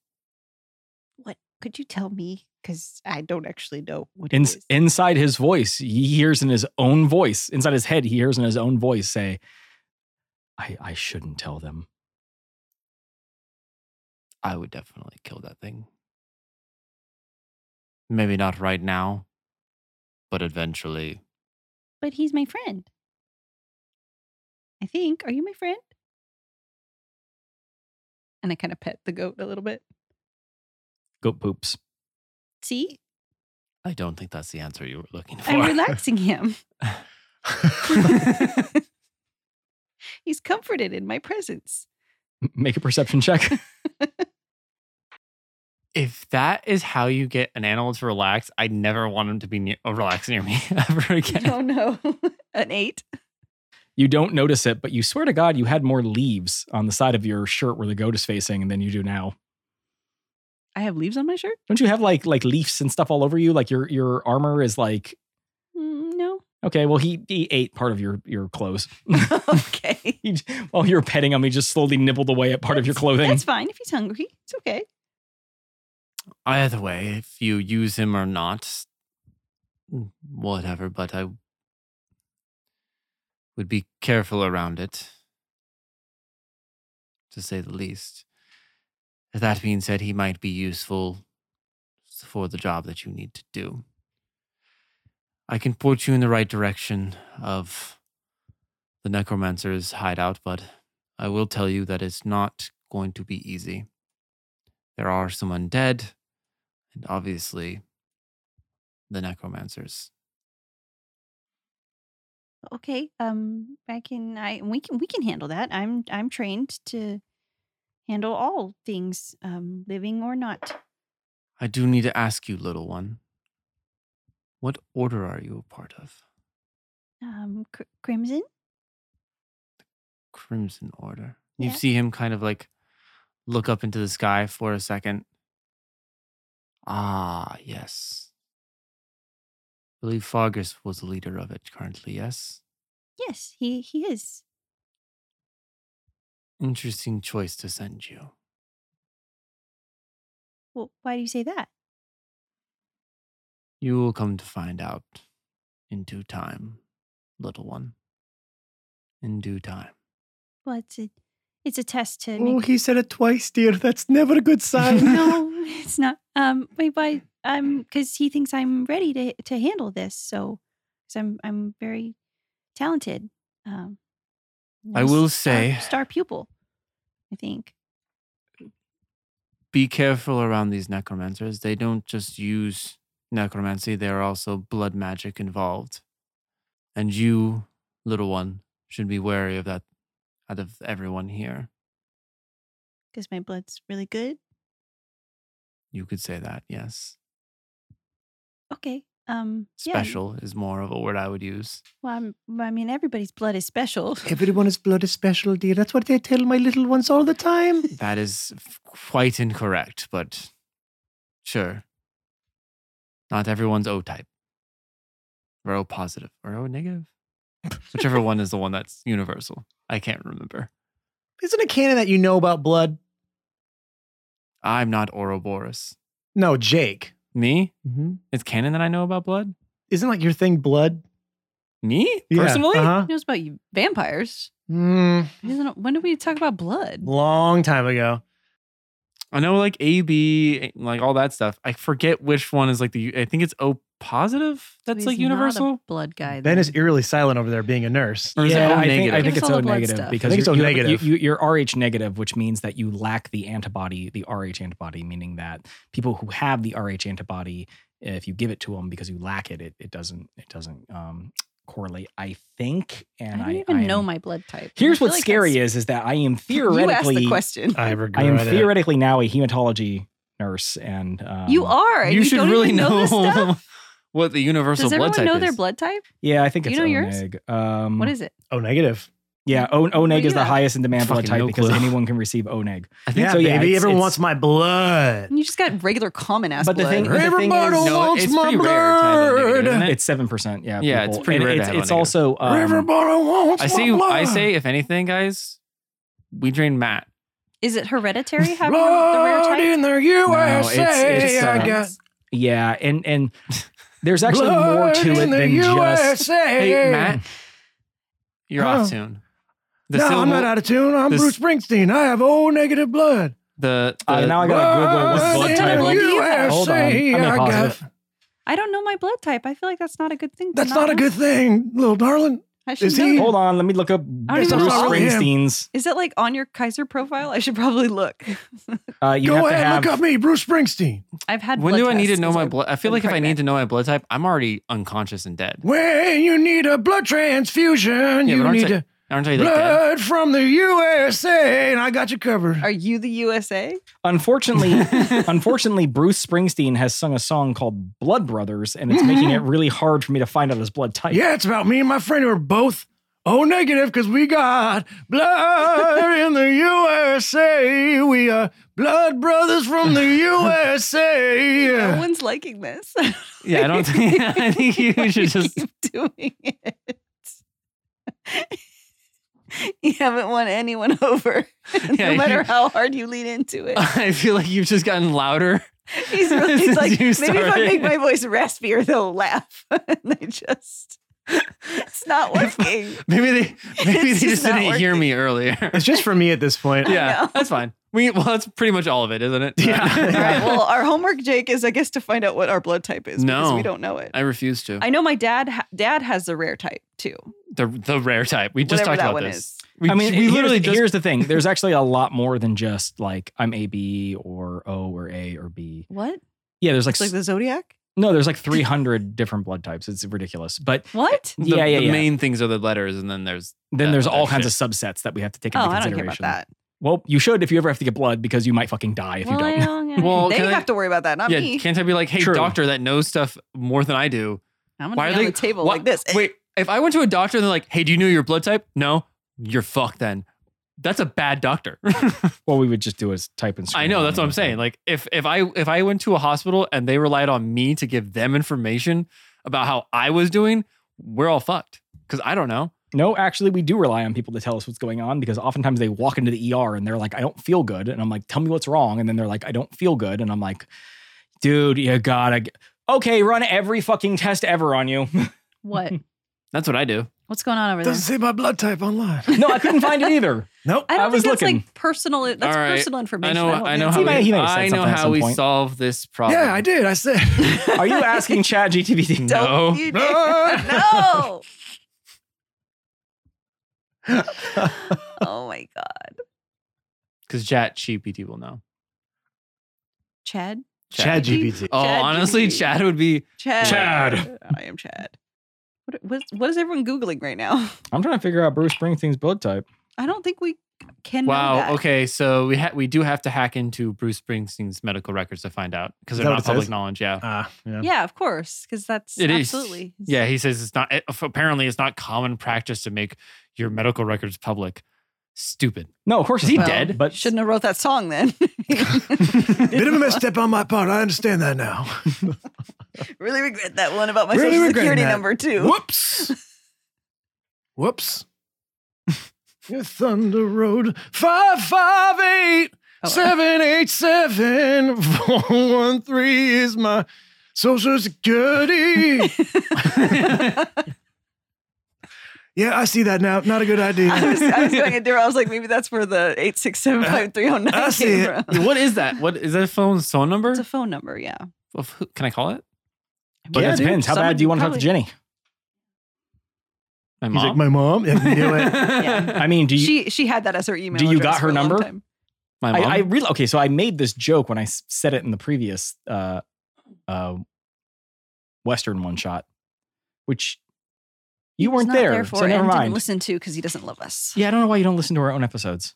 Speaker 6: What could you tell me? Because I don't actually know what
Speaker 5: In,
Speaker 6: it is.
Speaker 5: inside his voice, he hears in his own voice, inside his head, he hears in his own voice say, I, I shouldn't tell them.
Speaker 2: I would definitely kill that thing. Maybe not right now, but eventually.
Speaker 6: but he's my friend. I think. Are you my friend?
Speaker 3: And I kind of pet the goat a little bit.
Speaker 5: Goat poops.
Speaker 6: See,
Speaker 2: I don't think that's the answer you were looking for.
Speaker 6: I'm relaxing him.
Speaker 3: He's comforted in my presence.
Speaker 5: M- Make a perception check.
Speaker 2: if that is how you get an animal to relax, I never want him to be near, or relax near me ever again.
Speaker 3: Oh no. An eight.
Speaker 5: you don't notice it, but you swear to God, you had more leaves on the side of your shirt where the goat is facing than you do now.
Speaker 3: I have leaves on my shirt.
Speaker 5: Don't you have like like leaves and stuff all over you? Like your your armor is like
Speaker 6: Mm, no.
Speaker 5: okay. Well, he he ate part of your your clothes.
Speaker 3: okay.
Speaker 5: He, j- while you were petting him, he just slowly nibbled away at part of your
Speaker 6: That's-
Speaker 5: clothing.
Speaker 6: That's fine if he's hungry. It's okay.
Speaker 2: Either way, if you use him or not, mm, whatever, but I would be careful around it. to say the least. That being said, he might be useful for the job that you need to do. I can point you in the right direction of the necromancer's hideout, but I will tell you that it's not going to be easy. There are some undead, and obviously the necromancers.
Speaker 6: Okay. Um, I can. I we can we can handle that. I'm I'm trained to handle all things, um, living or not.
Speaker 2: I do need to ask you, little one, what order are you a part of?
Speaker 6: Um, cr- crimson.
Speaker 2: Crimson Order. You
Speaker 6: Yeah.
Speaker 2: see him kind of like look up into the sky for a second. Ah, yes. I believe Fargus was the leader of it currently, yes?
Speaker 6: Yes, he he is.
Speaker 2: Interesting choice to send you.
Speaker 6: Well, why do you say that?
Speaker 2: You will come to find out in due time, little one. In due time.
Speaker 6: Well, it's a it's a test to
Speaker 4: Oh,
Speaker 6: make.
Speaker 4: he said it twice, dear. That's never a good sign.
Speaker 6: no, it's not. Um, wait, why? Um, because he thinks I'm ready to to handle this. So, because I'm I'm very talented. Um,
Speaker 2: I
Speaker 6: I'm a
Speaker 2: will
Speaker 6: s- star-
Speaker 2: say-
Speaker 6: star pupil. I think.
Speaker 2: be careful around these necromancers. They don't just use necromancy, there are also blood magic involved. And you, little one, should be wary of that out of everyone here.
Speaker 6: because my blood's really good.
Speaker 2: You could say that, yes.
Speaker 6: Okay. Um. Yeah.
Speaker 2: Special is more of a word I would use.
Speaker 6: Well, I'm, well, I mean, everybody's blood is special.
Speaker 4: Everyone's blood is special, dear. That's what they tell my little ones all the time.
Speaker 2: That is f- quite incorrect, but sure. Not everyone's O type. Or O positive. Or O negative. Whichever one is the one that's universal. I can't remember.
Speaker 4: Isn't it canon that you know about blood?
Speaker 2: I'm not Ouroboros.
Speaker 4: No, Jake.
Speaker 2: Me?
Speaker 4: Mm-hmm.
Speaker 2: It's canon that I know about blood?
Speaker 4: Isn't like your thing blood?
Speaker 2: Me?
Speaker 4: Yeah,
Speaker 2: Personally?
Speaker 4: uh-huh.
Speaker 3: He knows about you vampires.
Speaker 4: Mm,
Speaker 3: He doesn't- When do we talk about blood?
Speaker 4: long time ago.
Speaker 2: I know like AB, like all that stuff. I forget which one is like the, I think it's O positive
Speaker 3: So
Speaker 2: that's like
Speaker 3: he's not a
Speaker 2: universal.
Speaker 3: blood guy.
Speaker 4: Ben
Speaker 3: then.
Speaker 4: is eerily silent over there, being a nurse.
Speaker 2: Or is it
Speaker 5: yeah,
Speaker 2: O
Speaker 5: I think,
Speaker 2: negative?
Speaker 5: I think
Speaker 3: Give us
Speaker 5: it's
Speaker 3: all
Speaker 5: O
Speaker 3: the blood
Speaker 5: negative
Speaker 3: stuff.
Speaker 5: because
Speaker 4: I think
Speaker 5: you're,
Speaker 4: it's O
Speaker 5: you're-
Speaker 4: negative.
Speaker 5: You, you, are Rh negative, which means that you lack the antibody, the Rh antibody, meaning that people who have the Rh antibody, if you give it to them because you lack it, it, it doesn't it doesn't um, correlate. I think,
Speaker 3: I
Speaker 5: and
Speaker 3: don't
Speaker 5: I
Speaker 3: even
Speaker 5: I
Speaker 3: know
Speaker 5: am-
Speaker 3: my blood type. I
Speaker 5: Here's
Speaker 3: feel
Speaker 5: what's
Speaker 3: like
Speaker 5: scary
Speaker 3: that's-
Speaker 5: is is that I am
Speaker 3: You asked
Speaker 5: theoretically
Speaker 3: the question.
Speaker 4: I
Speaker 5: I
Speaker 4: regret
Speaker 5: am
Speaker 4: it.
Speaker 5: theoretically now a hematology nurse, and um,
Speaker 3: you are. and
Speaker 2: you should
Speaker 3: don't
Speaker 2: really
Speaker 3: even know, this stuff.
Speaker 2: what the universal
Speaker 3: Does everyone
Speaker 2: blood type
Speaker 3: know
Speaker 2: is.
Speaker 3: their blood type?
Speaker 5: Yeah, I think
Speaker 3: You
Speaker 5: it's
Speaker 3: know
Speaker 5: O
Speaker 3: yours?
Speaker 5: neg. Um,
Speaker 3: What is it?
Speaker 4: Oh, negative.
Speaker 5: Yeah, O, o neg is the
Speaker 3: Yeah.
Speaker 5: highest in demand blood
Speaker 2: Fucking
Speaker 5: type
Speaker 2: no
Speaker 5: because
Speaker 2: clue.
Speaker 5: anyone can receive O neg.
Speaker 2: I think
Speaker 4: yeah,
Speaker 5: so, yeah,
Speaker 4: baby.
Speaker 5: it's-
Speaker 4: Everyone
Speaker 5: it's-
Speaker 4: wants my blood.
Speaker 3: You just got regular common ass
Speaker 5: But the
Speaker 3: blood.
Speaker 5: thing-
Speaker 4: Every
Speaker 5: thing
Speaker 4: mortal
Speaker 5: is-
Speaker 2: No,
Speaker 4: wants
Speaker 2: it's
Speaker 4: my
Speaker 2: pretty rare to have a negative,
Speaker 4: blood.
Speaker 2: isn't it?
Speaker 5: It's seven percent. Yeah,
Speaker 2: Yeah,
Speaker 5: people.
Speaker 2: it's pretty
Speaker 5: And
Speaker 2: rare to
Speaker 5: It's,
Speaker 2: have O
Speaker 5: it's
Speaker 2: negative.
Speaker 5: also
Speaker 4: Every
Speaker 5: um,
Speaker 4: mortal wants
Speaker 2: I
Speaker 4: my
Speaker 2: say, I
Speaker 4: blood.
Speaker 2: say, if anything, guys, we drain Matt.
Speaker 3: is it hereditary? Have the rare
Speaker 4: blood
Speaker 3: type?
Speaker 4: in the USA.
Speaker 5: it's, uh,
Speaker 4: I got
Speaker 5: yeah, and and there's actually more
Speaker 4: blood
Speaker 5: to it
Speaker 4: in the
Speaker 5: than just.
Speaker 4: USA.
Speaker 2: Hey, Matt, you're
Speaker 4: Huh.
Speaker 5: Oh.
Speaker 2: off tune. The
Speaker 4: no, I'm
Speaker 2: syllable-
Speaker 4: not out of tune. I'm
Speaker 2: the s-
Speaker 4: Bruce Springsteen. I have O negative blood.
Speaker 2: the, the
Speaker 5: Uh, now I gotta Google
Speaker 3: Blood
Speaker 5: what blood
Speaker 3: in
Speaker 5: type.
Speaker 3: the
Speaker 5: is.
Speaker 4: USA,
Speaker 5: Hold on, I'm
Speaker 4: I
Speaker 5: in
Speaker 4: got-
Speaker 5: positive.
Speaker 3: I don't know my blood type. I feel like that's not a good thing. to
Speaker 4: That's not a
Speaker 3: know.
Speaker 4: good thing, little darling.
Speaker 3: I should
Speaker 4: is
Speaker 3: know
Speaker 4: he-
Speaker 3: that.
Speaker 5: Hold on, let me look up
Speaker 3: I don't
Speaker 5: Bruce
Speaker 3: even know.
Speaker 5: Springsteen's.
Speaker 3: Is it like on your Kaiser profile? I should probably look.
Speaker 5: Uh, you have
Speaker 4: Go
Speaker 5: to
Speaker 4: ahead,
Speaker 5: have
Speaker 4: look up me, Bruce Springsteen.
Speaker 3: I've had.
Speaker 2: when
Speaker 3: blood
Speaker 2: do I need to
Speaker 3: tests
Speaker 2: know
Speaker 3: 'cause
Speaker 2: my
Speaker 3: I-
Speaker 2: blood? I feel
Speaker 3: I'm
Speaker 2: like if I need
Speaker 3: pregnant.
Speaker 2: to know my blood type, I'm already unconscious and dead.
Speaker 4: When you need a blood transfusion,
Speaker 2: Yeah, but
Speaker 4: you
Speaker 2: aren't
Speaker 4: need
Speaker 2: they-
Speaker 4: to
Speaker 2: Aren't I like dead?
Speaker 4: blood from the USA, and I got you covered.
Speaker 3: Are you the USA?
Speaker 5: Unfortunately, unfortunately, Bruce Springsteen has sung a song called Blood Brothers, and it's making it really hard for me to find out his blood type.
Speaker 4: Yeah, it's about me and my friend who are both O negative because we got blood in the USA. We are blood brothers from
Speaker 3: No
Speaker 4: the USA.
Speaker 3: one's liking this.
Speaker 2: Yeah, I don't think. I think you should just.
Speaker 3: keep doing it. you haven't won anyone over,
Speaker 2: Yeah,
Speaker 3: no matter
Speaker 2: you-
Speaker 3: how hard you lean into it.
Speaker 2: I feel like you've just gotten louder.
Speaker 3: He's really he's
Speaker 2: Since
Speaker 3: like,
Speaker 2: you
Speaker 3: maybe if I
Speaker 2: started.
Speaker 3: make my voice raspier, they'll laugh. and they just
Speaker 6: it's not working.
Speaker 2: Maybe they maybe
Speaker 6: It's
Speaker 2: they
Speaker 6: just
Speaker 2: just
Speaker 6: not
Speaker 2: didn't hear
Speaker 6: working.
Speaker 2: me earlier.
Speaker 4: It's just for me at this point.
Speaker 2: yeah,
Speaker 6: know.
Speaker 2: that's fine. We well, that's pretty much all of it, isn't it? Uh,
Speaker 4: Yeah. All
Speaker 3: All right. Well, our homework, Jake, is I guess to find out what our blood type is because
Speaker 2: No.
Speaker 3: we don't know it.
Speaker 2: I refuse to.
Speaker 3: I know my dad. Ha- dad has the rare type too.
Speaker 2: the the rare type. We just
Speaker 3: whatever
Speaker 2: talked
Speaker 3: that
Speaker 2: about
Speaker 3: one
Speaker 2: this.
Speaker 3: is.
Speaker 2: We,
Speaker 5: I mean,
Speaker 2: we literally
Speaker 5: here's,
Speaker 2: just
Speaker 5: here's the thing. There's actually a lot more than just like I'm A B or O or A or B.
Speaker 3: What?
Speaker 5: Yeah, there's like,
Speaker 3: It's like the zodiac.
Speaker 5: no, there's like 300 different blood types. It's ridiculous. But
Speaker 3: What?
Speaker 2: the,
Speaker 5: yeah, yeah,
Speaker 2: the
Speaker 5: yeah.
Speaker 2: main things are the letters, and then there's
Speaker 5: then there's
Speaker 2: Yeah,
Speaker 5: all
Speaker 2: there's
Speaker 5: kinds of subsets that we have to take
Speaker 3: Oh,
Speaker 5: into
Speaker 3: I don't care
Speaker 5: consideration.
Speaker 3: about that.
Speaker 5: Well, you should if you ever have to get blood because you might fucking die if you don't.
Speaker 2: well.
Speaker 3: they
Speaker 2: can I-
Speaker 3: have to worry about that, not
Speaker 2: yeah,
Speaker 3: me.
Speaker 2: can't I be like, hey,
Speaker 5: True.
Speaker 2: doctor that knows stuff more than I do?
Speaker 3: I'm gonna be
Speaker 2: Why
Speaker 3: on
Speaker 2: are they
Speaker 3: the table
Speaker 2: why-
Speaker 3: like this.
Speaker 2: Wait, if I went to a doctor and they're like, hey, do you know your blood type? No, you're fucked. Then that's a bad doctor.
Speaker 5: Well, we would just do is type and
Speaker 2: I know that's what I'm saying. Like if if I if I went to a hospital and they relied on me to give them information about how I was doing, we're all fucked because I don't know.
Speaker 5: no, actually, we do rely on people to tell us what's going on because oftentimes they walk into the ER and they're like, I don't feel good. And I'm like, tell me what's wrong. And then they're like, I don't feel good. And I'm like, dude, you gotta, g- okay, run every fucking test ever on you.
Speaker 3: What?
Speaker 2: That's what I do.
Speaker 3: What's going on over
Speaker 4: Doesn't say my blood type online.
Speaker 5: no, I couldn't find it either.
Speaker 4: Nope.
Speaker 3: I don't
Speaker 5: I
Speaker 3: think
Speaker 5: was
Speaker 3: that's
Speaker 5: looking.
Speaker 3: like personal. That's
Speaker 2: All right.
Speaker 3: personal
Speaker 2: I
Speaker 3: information.
Speaker 2: know.
Speaker 3: don't
Speaker 2: I know
Speaker 3: think
Speaker 2: how
Speaker 3: it's-
Speaker 2: we,
Speaker 5: He may- he may have said
Speaker 2: I know
Speaker 5: something at
Speaker 2: how
Speaker 5: some
Speaker 2: we
Speaker 5: point.
Speaker 2: solve this problem.
Speaker 4: Yeah, I did. I said.
Speaker 5: Are you asking Chad GTVD?
Speaker 2: No.
Speaker 3: Don't you dare.
Speaker 4: Blood.
Speaker 3: no. oh my god,
Speaker 2: Because Chat GPT will know.
Speaker 6: Chad.
Speaker 4: Chad GPT.
Speaker 2: Oh,
Speaker 3: Chad
Speaker 2: honestly,
Speaker 3: GPT.
Speaker 2: Chad would be.
Speaker 3: Chad.
Speaker 5: Chad.
Speaker 3: I am Chad. What, what, what is everyone googling right now?
Speaker 5: I'm trying to figure out Bruce Springsteen's blood type.
Speaker 3: I don't think we can. know that.
Speaker 2: Wow. Okay, so we ha- we do have to hack into Bruce Springsteen's medical records to find out because
Speaker 4: Is
Speaker 2: they're
Speaker 4: that
Speaker 2: not
Speaker 4: what it says?
Speaker 2: public knowledge. Yeah.
Speaker 4: Ah, yeah.
Speaker 3: Yeah, of course, because that's
Speaker 2: It is.
Speaker 3: absolutely.
Speaker 2: Yeah, he says it's not. it- apparently, it's not common practice to make your medical records public. Stupid.
Speaker 5: No, of course
Speaker 2: Is
Speaker 5: it's
Speaker 2: he
Speaker 5: not.
Speaker 2: dead?
Speaker 5: But
Speaker 3: Shouldn't have wrote that song then.
Speaker 4: Bit of a misstep on my part. I understand that now.
Speaker 3: really regret that one about my
Speaker 4: Really
Speaker 3: social
Speaker 4: regretting
Speaker 3: security
Speaker 4: that.
Speaker 3: number too.
Speaker 4: Whoops. Whoops. Your Thunder Road five five eight
Speaker 3: Oh.
Speaker 4: seven eight seven four one three is my social security. yeah, I see that now. Not a good idea.
Speaker 3: I was, I was going a different. I was like, maybe that's where the eight six seven five three zero
Speaker 4: I
Speaker 3: nine
Speaker 4: see
Speaker 3: came
Speaker 4: it.
Speaker 3: from.
Speaker 2: what is that? What is that? A phone's phone number?
Speaker 3: It's a phone number, yeah.
Speaker 2: Of who- Can I call it?
Speaker 5: but
Speaker 4: Yeah,
Speaker 5: it
Speaker 4: dude.
Speaker 5: depends. How
Speaker 3: Someone
Speaker 5: bad do you want to talk to
Speaker 3: probably-
Speaker 5: Jenny?
Speaker 2: My
Speaker 4: He's like
Speaker 2: mom.
Speaker 4: my mom. Yeah, you do it.
Speaker 5: I mean, do you?
Speaker 3: she she had that as her email.
Speaker 5: do you
Speaker 3: address
Speaker 5: got her
Speaker 3: for a long
Speaker 5: number?
Speaker 3: time.
Speaker 2: my
Speaker 5: I,
Speaker 2: mom.
Speaker 5: I
Speaker 3: um
Speaker 5: really okay. So I made this joke when I s- said it in the previous uh, uh, Western one shot, which
Speaker 3: He
Speaker 5: you
Speaker 3: was
Speaker 5: weren't
Speaker 3: not
Speaker 5: there,
Speaker 3: for
Speaker 5: so
Speaker 3: it
Speaker 5: never
Speaker 3: and
Speaker 5: mind.
Speaker 3: Didn't listen to because he doesn't love us.
Speaker 5: Yeah, I don't know why you don't listen to our own episodes.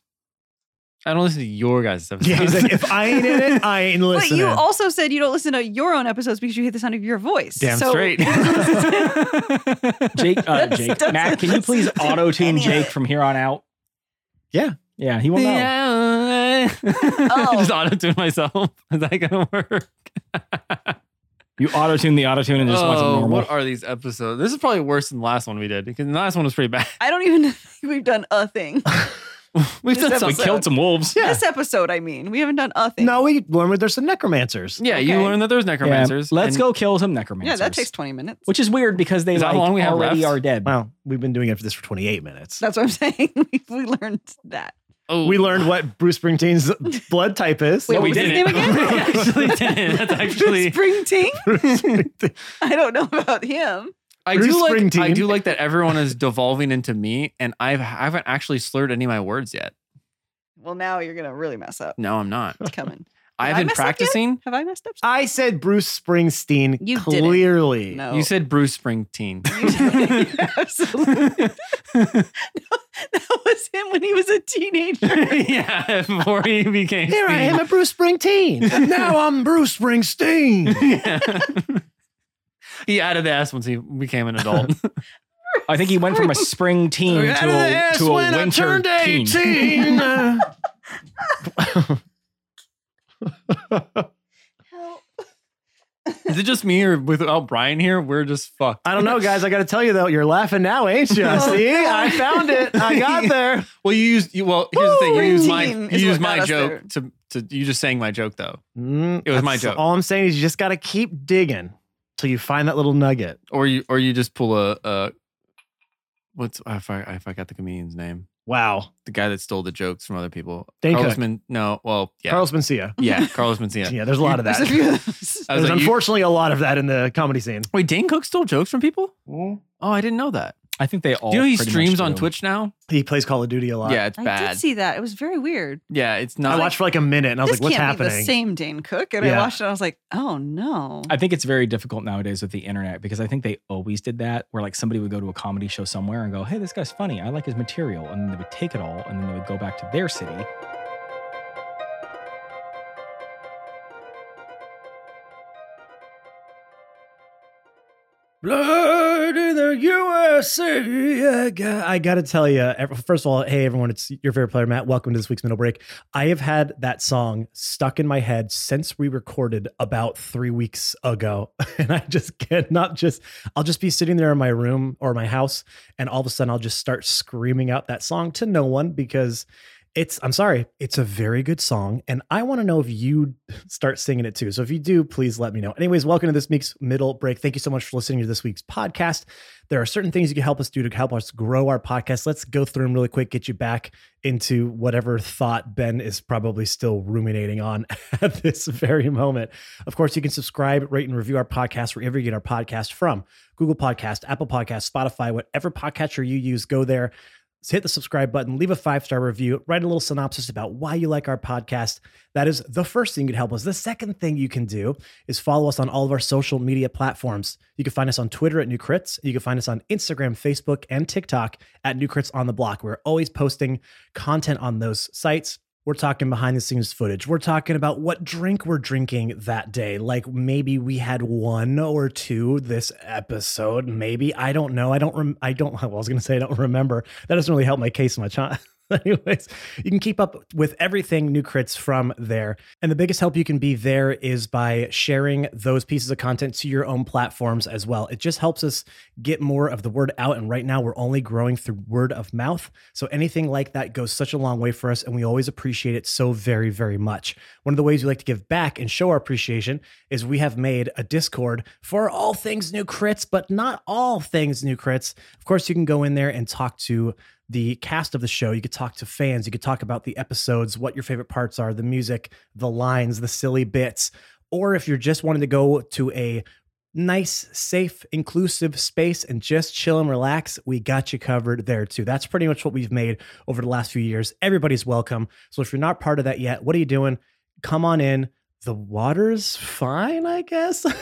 Speaker 2: I don't listen to your guys' stuff.
Speaker 4: Yeah, he's like, if I ain't in it, I ain't
Speaker 3: But
Speaker 4: listening.
Speaker 3: you also said you don't listen to your own episodes because you hate the sound of your voice.
Speaker 2: Damn
Speaker 3: so
Speaker 2: straight.
Speaker 5: Jake, uh,
Speaker 3: That's-
Speaker 5: Jake,
Speaker 3: doesn't
Speaker 5: Matt, can you please
Speaker 3: listen to
Speaker 5: auto tune
Speaker 3: any of
Speaker 5: Jake
Speaker 3: it.
Speaker 5: from here on out?
Speaker 4: Yeah.
Speaker 5: yeah, he won't know.
Speaker 3: Oh.
Speaker 2: Just auto tune myself. Is that gonna work?
Speaker 5: You auto tune the auto tune and just wants
Speaker 3: Oh,
Speaker 5: it normal.
Speaker 2: Oh, what are these episodes? This is probably worse than the last one we did because the last one was pretty bad.
Speaker 3: I don't even think we've done a thing. This
Speaker 2: We've done
Speaker 5: we
Speaker 2: something.
Speaker 3: episode-
Speaker 5: killed some wolves.
Speaker 4: Yeah.
Speaker 3: This episode, I mean, we haven't done a thing.
Speaker 4: no, we learned where there's some necromancers.
Speaker 2: Yeah, you
Speaker 3: Okay.
Speaker 2: learned that there's
Speaker 5: Yeah,
Speaker 2: necromancers.
Speaker 5: Let's
Speaker 2: and-
Speaker 5: go kill some necromancers.
Speaker 3: yeah, that takes twenty minutes.
Speaker 5: Which is weird because they
Speaker 2: Is that
Speaker 5: like
Speaker 2: how long we have
Speaker 5: already
Speaker 2: left?
Speaker 5: are dead.
Speaker 4: Well, we've been doing it for this for 28 minutes.
Speaker 3: That's what I'm saying. we, we learned that.
Speaker 2: Oh,
Speaker 4: We learned what Bruce Springsteen's blood type is.
Speaker 3: Wait,
Speaker 2: No, we
Speaker 3: what was his
Speaker 2: didn't.
Speaker 3: Oh, name again?
Speaker 2: we actually didn't. That's actually.
Speaker 3: Spring Ting.
Speaker 4: Springsteen.
Speaker 3: I don't know about him.
Speaker 2: I
Speaker 4: Bruce
Speaker 2: do like. I
Speaker 4: Springsteen.
Speaker 2: do like that everyone is devolving into me, and I've I haven't actually slurred any of my words yet.
Speaker 3: Well, now you're gonna really mess up.
Speaker 2: No, I'm not.
Speaker 3: It's coming.
Speaker 2: I've
Speaker 3: I
Speaker 2: been
Speaker 3: mess up yet?
Speaker 2: practicing.
Speaker 3: Have I messed up?
Speaker 4: I said Bruce Springsteen
Speaker 3: You didn't.
Speaker 4: clearly.
Speaker 3: No.
Speaker 2: You said Bruce Springsteen.
Speaker 3: Oh. You did. Absolutely. that was him when he was a teenager.
Speaker 2: yeah, before he became.
Speaker 4: Here I am at Bruce Springsteen. And now I'm Bruce Springsteen.
Speaker 2: Yeah. he added the S once he became an adult.
Speaker 5: I think he went from a spring teen
Speaker 4: Out of the
Speaker 5: to a,
Speaker 4: ass
Speaker 5: to a
Speaker 4: when I
Speaker 5: winter
Speaker 4: turned
Speaker 5: teen.
Speaker 4: 18. Uh,
Speaker 2: Is it just me or without Brian here? We're just fucked.
Speaker 4: I don't know, guys. I got to tell you, though, you're laughing now, ain't you?
Speaker 3: Oh,
Speaker 4: See, I found it. I got there.
Speaker 2: Well, you used you, well. Here's the thing: you
Speaker 3: Woo!
Speaker 2: used my
Speaker 3: Team
Speaker 2: you
Speaker 3: is
Speaker 2: used
Speaker 3: what
Speaker 2: my
Speaker 3: got us
Speaker 2: joke to, to you just sang my joke though,
Speaker 4: Mm,
Speaker 2: It was
Speaker 4: that's
Speaker 2: my joke.
Speaker 4: All I'm saying is you just got to keep digging till you find that little nugget.
Speaker 2: or you or you just pull a, a what's if I if I got the comedian's name,
Speaker 4: Wow.
Speaker 2: the guy that stole the jokes from other people.
Speaker 4: Dane
Speaker 2: Carlos
Speaker 4: Cook.
Speaker 2: Man- no, well, yeah,
Speaker 4: Carlos Mencia.
Speaker 2: yeah, Carlos Mencia.
Speaker 4: Yeah. there's a lot of that.
Speaker 3: There's a few of those.
Speaker 2: I was
Speaker 4: There's
Speaker 2: like, you-
Speaker 4: unfortunately a lot of that in the comedy scene.
Speaker 2: wait, Dane Cook stole jokes from people?
Speaker 3: Mm.
Speaker 2: Oh, I didn't know that.
Speaker 5: I think they all.
Speaker 2: Do you know he
Speaker 5: pretty much
Speaker 2: streams on
Speaker 5: do.
Speaker 2: Twitch now?
Speaker 4: He plays Call of Duty a lot.
Speaker 2: Yeah, it's
Speaker 3: I
Speaker 2: bad.
Speaker 3: did see that. It was very weird.
Speaker 2: yeah, it's
Speaker 4: I
Speaker 2: not.
Speaker 4: watched for like a minute and I was
Speaker 3: this
Speaker 4: like, what's
Speaker 3: can't
Speaker 4: happening?
Speaker 3: Be the same Dane Cook, and
Speaker 4: Yeah.
Speaker 3: I watched it. I was like, oh no.
Speaker 5: I think it's very difficult nowadays with the internet because I think they always did that where like somebody would go to a comedy show somewhere and go, Hey, this guy's funny. I like his material. And then they would take it all and then they would go back to their city.
Speaker 4: Blood in the USA. I got, I got to tell you, first of all, hey everyone, it's your favorite player, Matt. Welcome to this week's middle break. I have had that song stuck in my head since we recorded about three weeks ago, and I just cannot just. I'll just be sitting there in my room or my house, and all of a sudden I'll just start screaming out that song to no one because. It's, I'm sorry, it's a very good song. And I want to know if you start singing it too. So if you do, please let me know. Anyways, welcome to this week's middle break. Thank you so much for listening to this week's podcast. There are certain things you can help us do to help us grow our podcast. Let's go through them really quick, get you back into whatever thought Ben is probably still ruminating on at this very moment. Of course, you can subscribe, rate, and review our podcast wherever you get our podcast from Google Podcast, Apple Podcast, Spotify, whatever podcatcher you use, go there. Hit the subscribe button, leave a five star review, write a little synopsis about why you like our podcast. That is the first thing you can help us. The second thing you can do is follow us on all of our social media platforms. You can find us on Twitter at New Crits. You can find us on Instagram, Facebook, and TikTok at New Crits on the Block. We're always posting content on those sites. We're talking behind the scenes footage. We're talking about what drink we're drinking that day. Like maybe we had one or two this episode. Maybe I don't know. I don't. Rem- I don't. Well, I was gonna say I don't remember. That doesn't really help my case much, huh? Anyways, you can keep up with everything New Crits from there. And the biggest help you can be there is by sharing those pieces of content to your own platforms as well. It just helps us get more of the word out. And right now, we're only growing through word of mouth. So anything like that goes such a long way for us. And we always appreciate it so very, very much. One of the ways we like to give back and show our appreciation is we have made a Discord for all things New Crits, but not all things New Crits. Of course, you can go in there and talk to the cast of the show. You could talk to fans. You could talk about the episodes, what your favorite parts are, the music, the lines, the silly bits. Or if you're just wanting to go to a nice, safe, inclusive space and just chill and relax, we got you covered there too. That's pretty much what we've made over the last few years. Everybody's welcome. So if you're not part of that yet, what are you doing? Come on in. The water's fine, I guess.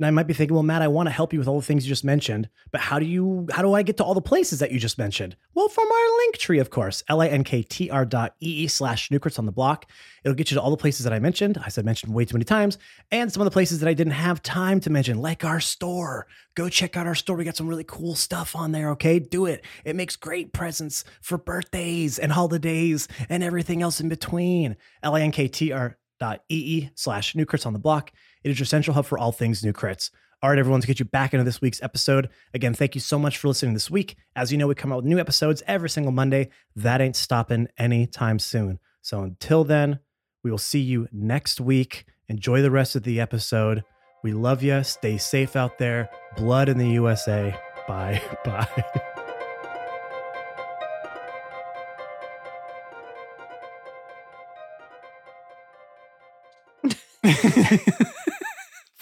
Speaker 4: And I might be thinking, well, Matt, I want to help you with all the things you just mentioned, but how do you how do I get to all the places that you just mentioned? Well, from our link tree, of course, linktr dot ee slash nukrits on the block. It'll get you to all the places that I mentioned. I said mentioned way too many times, and some of the places that I didn't have time to mention, like our store. Go check out our store. We got some really cool stuff on there, okay? Do it. It makes great presents for birthdays and holidays and everything else in between. linktr dot ee slash nukrits on the block. It is your central hub for all things new crits. All right, everyone, to get you back into this week's episode, again, thank you so much for listening this week. As you know, we come out with new episodes every single Monday. That ain't stopping anytime soon. So until then, we will see you next week. Enjoy the rest of the episode. We love you. Stay safe out there. Blood in the USA. Bye. Bye.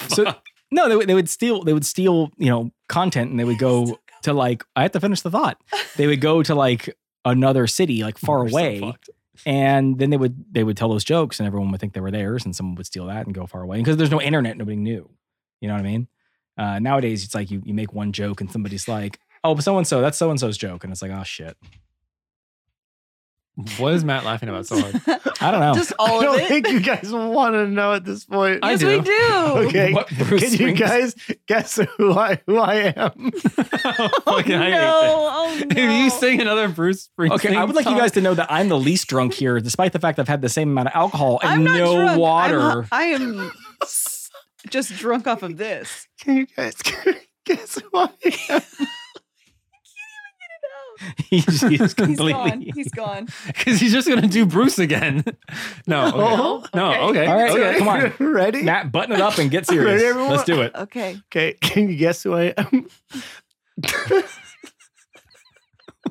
Speaker 5: So no, they would they would steal they would steal, you know, content and they would go to like I have to finish the thought. They would go to like another city, like far
Speaker 2: We're so
Speaker 5: away.
Speaker 2: fucked.
Speaker 5: and then they would they would tell those jokes and everyone would think they were theirs and someone would steal that and go far away because there's no internet nobody knew you know what i mean uh, nowadays it's like you, you make one joke and somebody's like oh so and so that's so and so's joke and it's like oh shit
Speaker 2: What is Matt laughing about so hard?
Speaker 5: Oh. i don't know
Speaker 3: Just all
Speaker 4: I
Speaker 3: of
Speaker 4: don't
Speaker 3: it.
Speaker 4: think you guys want to know at this point.
Speaker 2: I
Speaker 3: yes, we
Speaker 2: do.
Speaker 3: do.
Speaker 4: Okay.
Speaker 5: What Bruce
Speaker 4: Can you
Speaker 5: Springs-
Speaker 4: guys guess who I who I am?
Speaker 2: Fucking, I hate that.
Speaker 3: Oh, no.
Speaker 2: If you sing another Bruce Springsteen,
Speaker 5: okay i would like you
Speaker 2: song-
Speaker 5: guys to know that i'm the least drunk here despite the fact i've had the same amount of alcohol and
Speaker 3: I'm not
Speaker 5: no
Speaker 3: drunk. I'm
Speaker 5: water
Speaker 3: hu- I am s- just drunk off of this.
Speaker 4: Can you guys guess who I am?
Speaker 5: he's, he's
Speaker 3: He's
Speaker 5: completely
Speaker 3: gone. He's gone.
Speaker 2: because he's just gonna do Bruce again. No,
Speaker 4: No.
Speaker 2: okay. no, Oh, okay,
Speaker 5: All right,
Speaker 2: okay.
Speaker 5: come on.
Speaker 4: Ready?
Speaker 5: matt button it up and get
Speaker 4: Ready,
Speaker 5: serious
Speaker 4: everyone?
Speaker 5: let's do it
Speaker 3: Okay.
Speaker 4: Okay, can you guess who I am?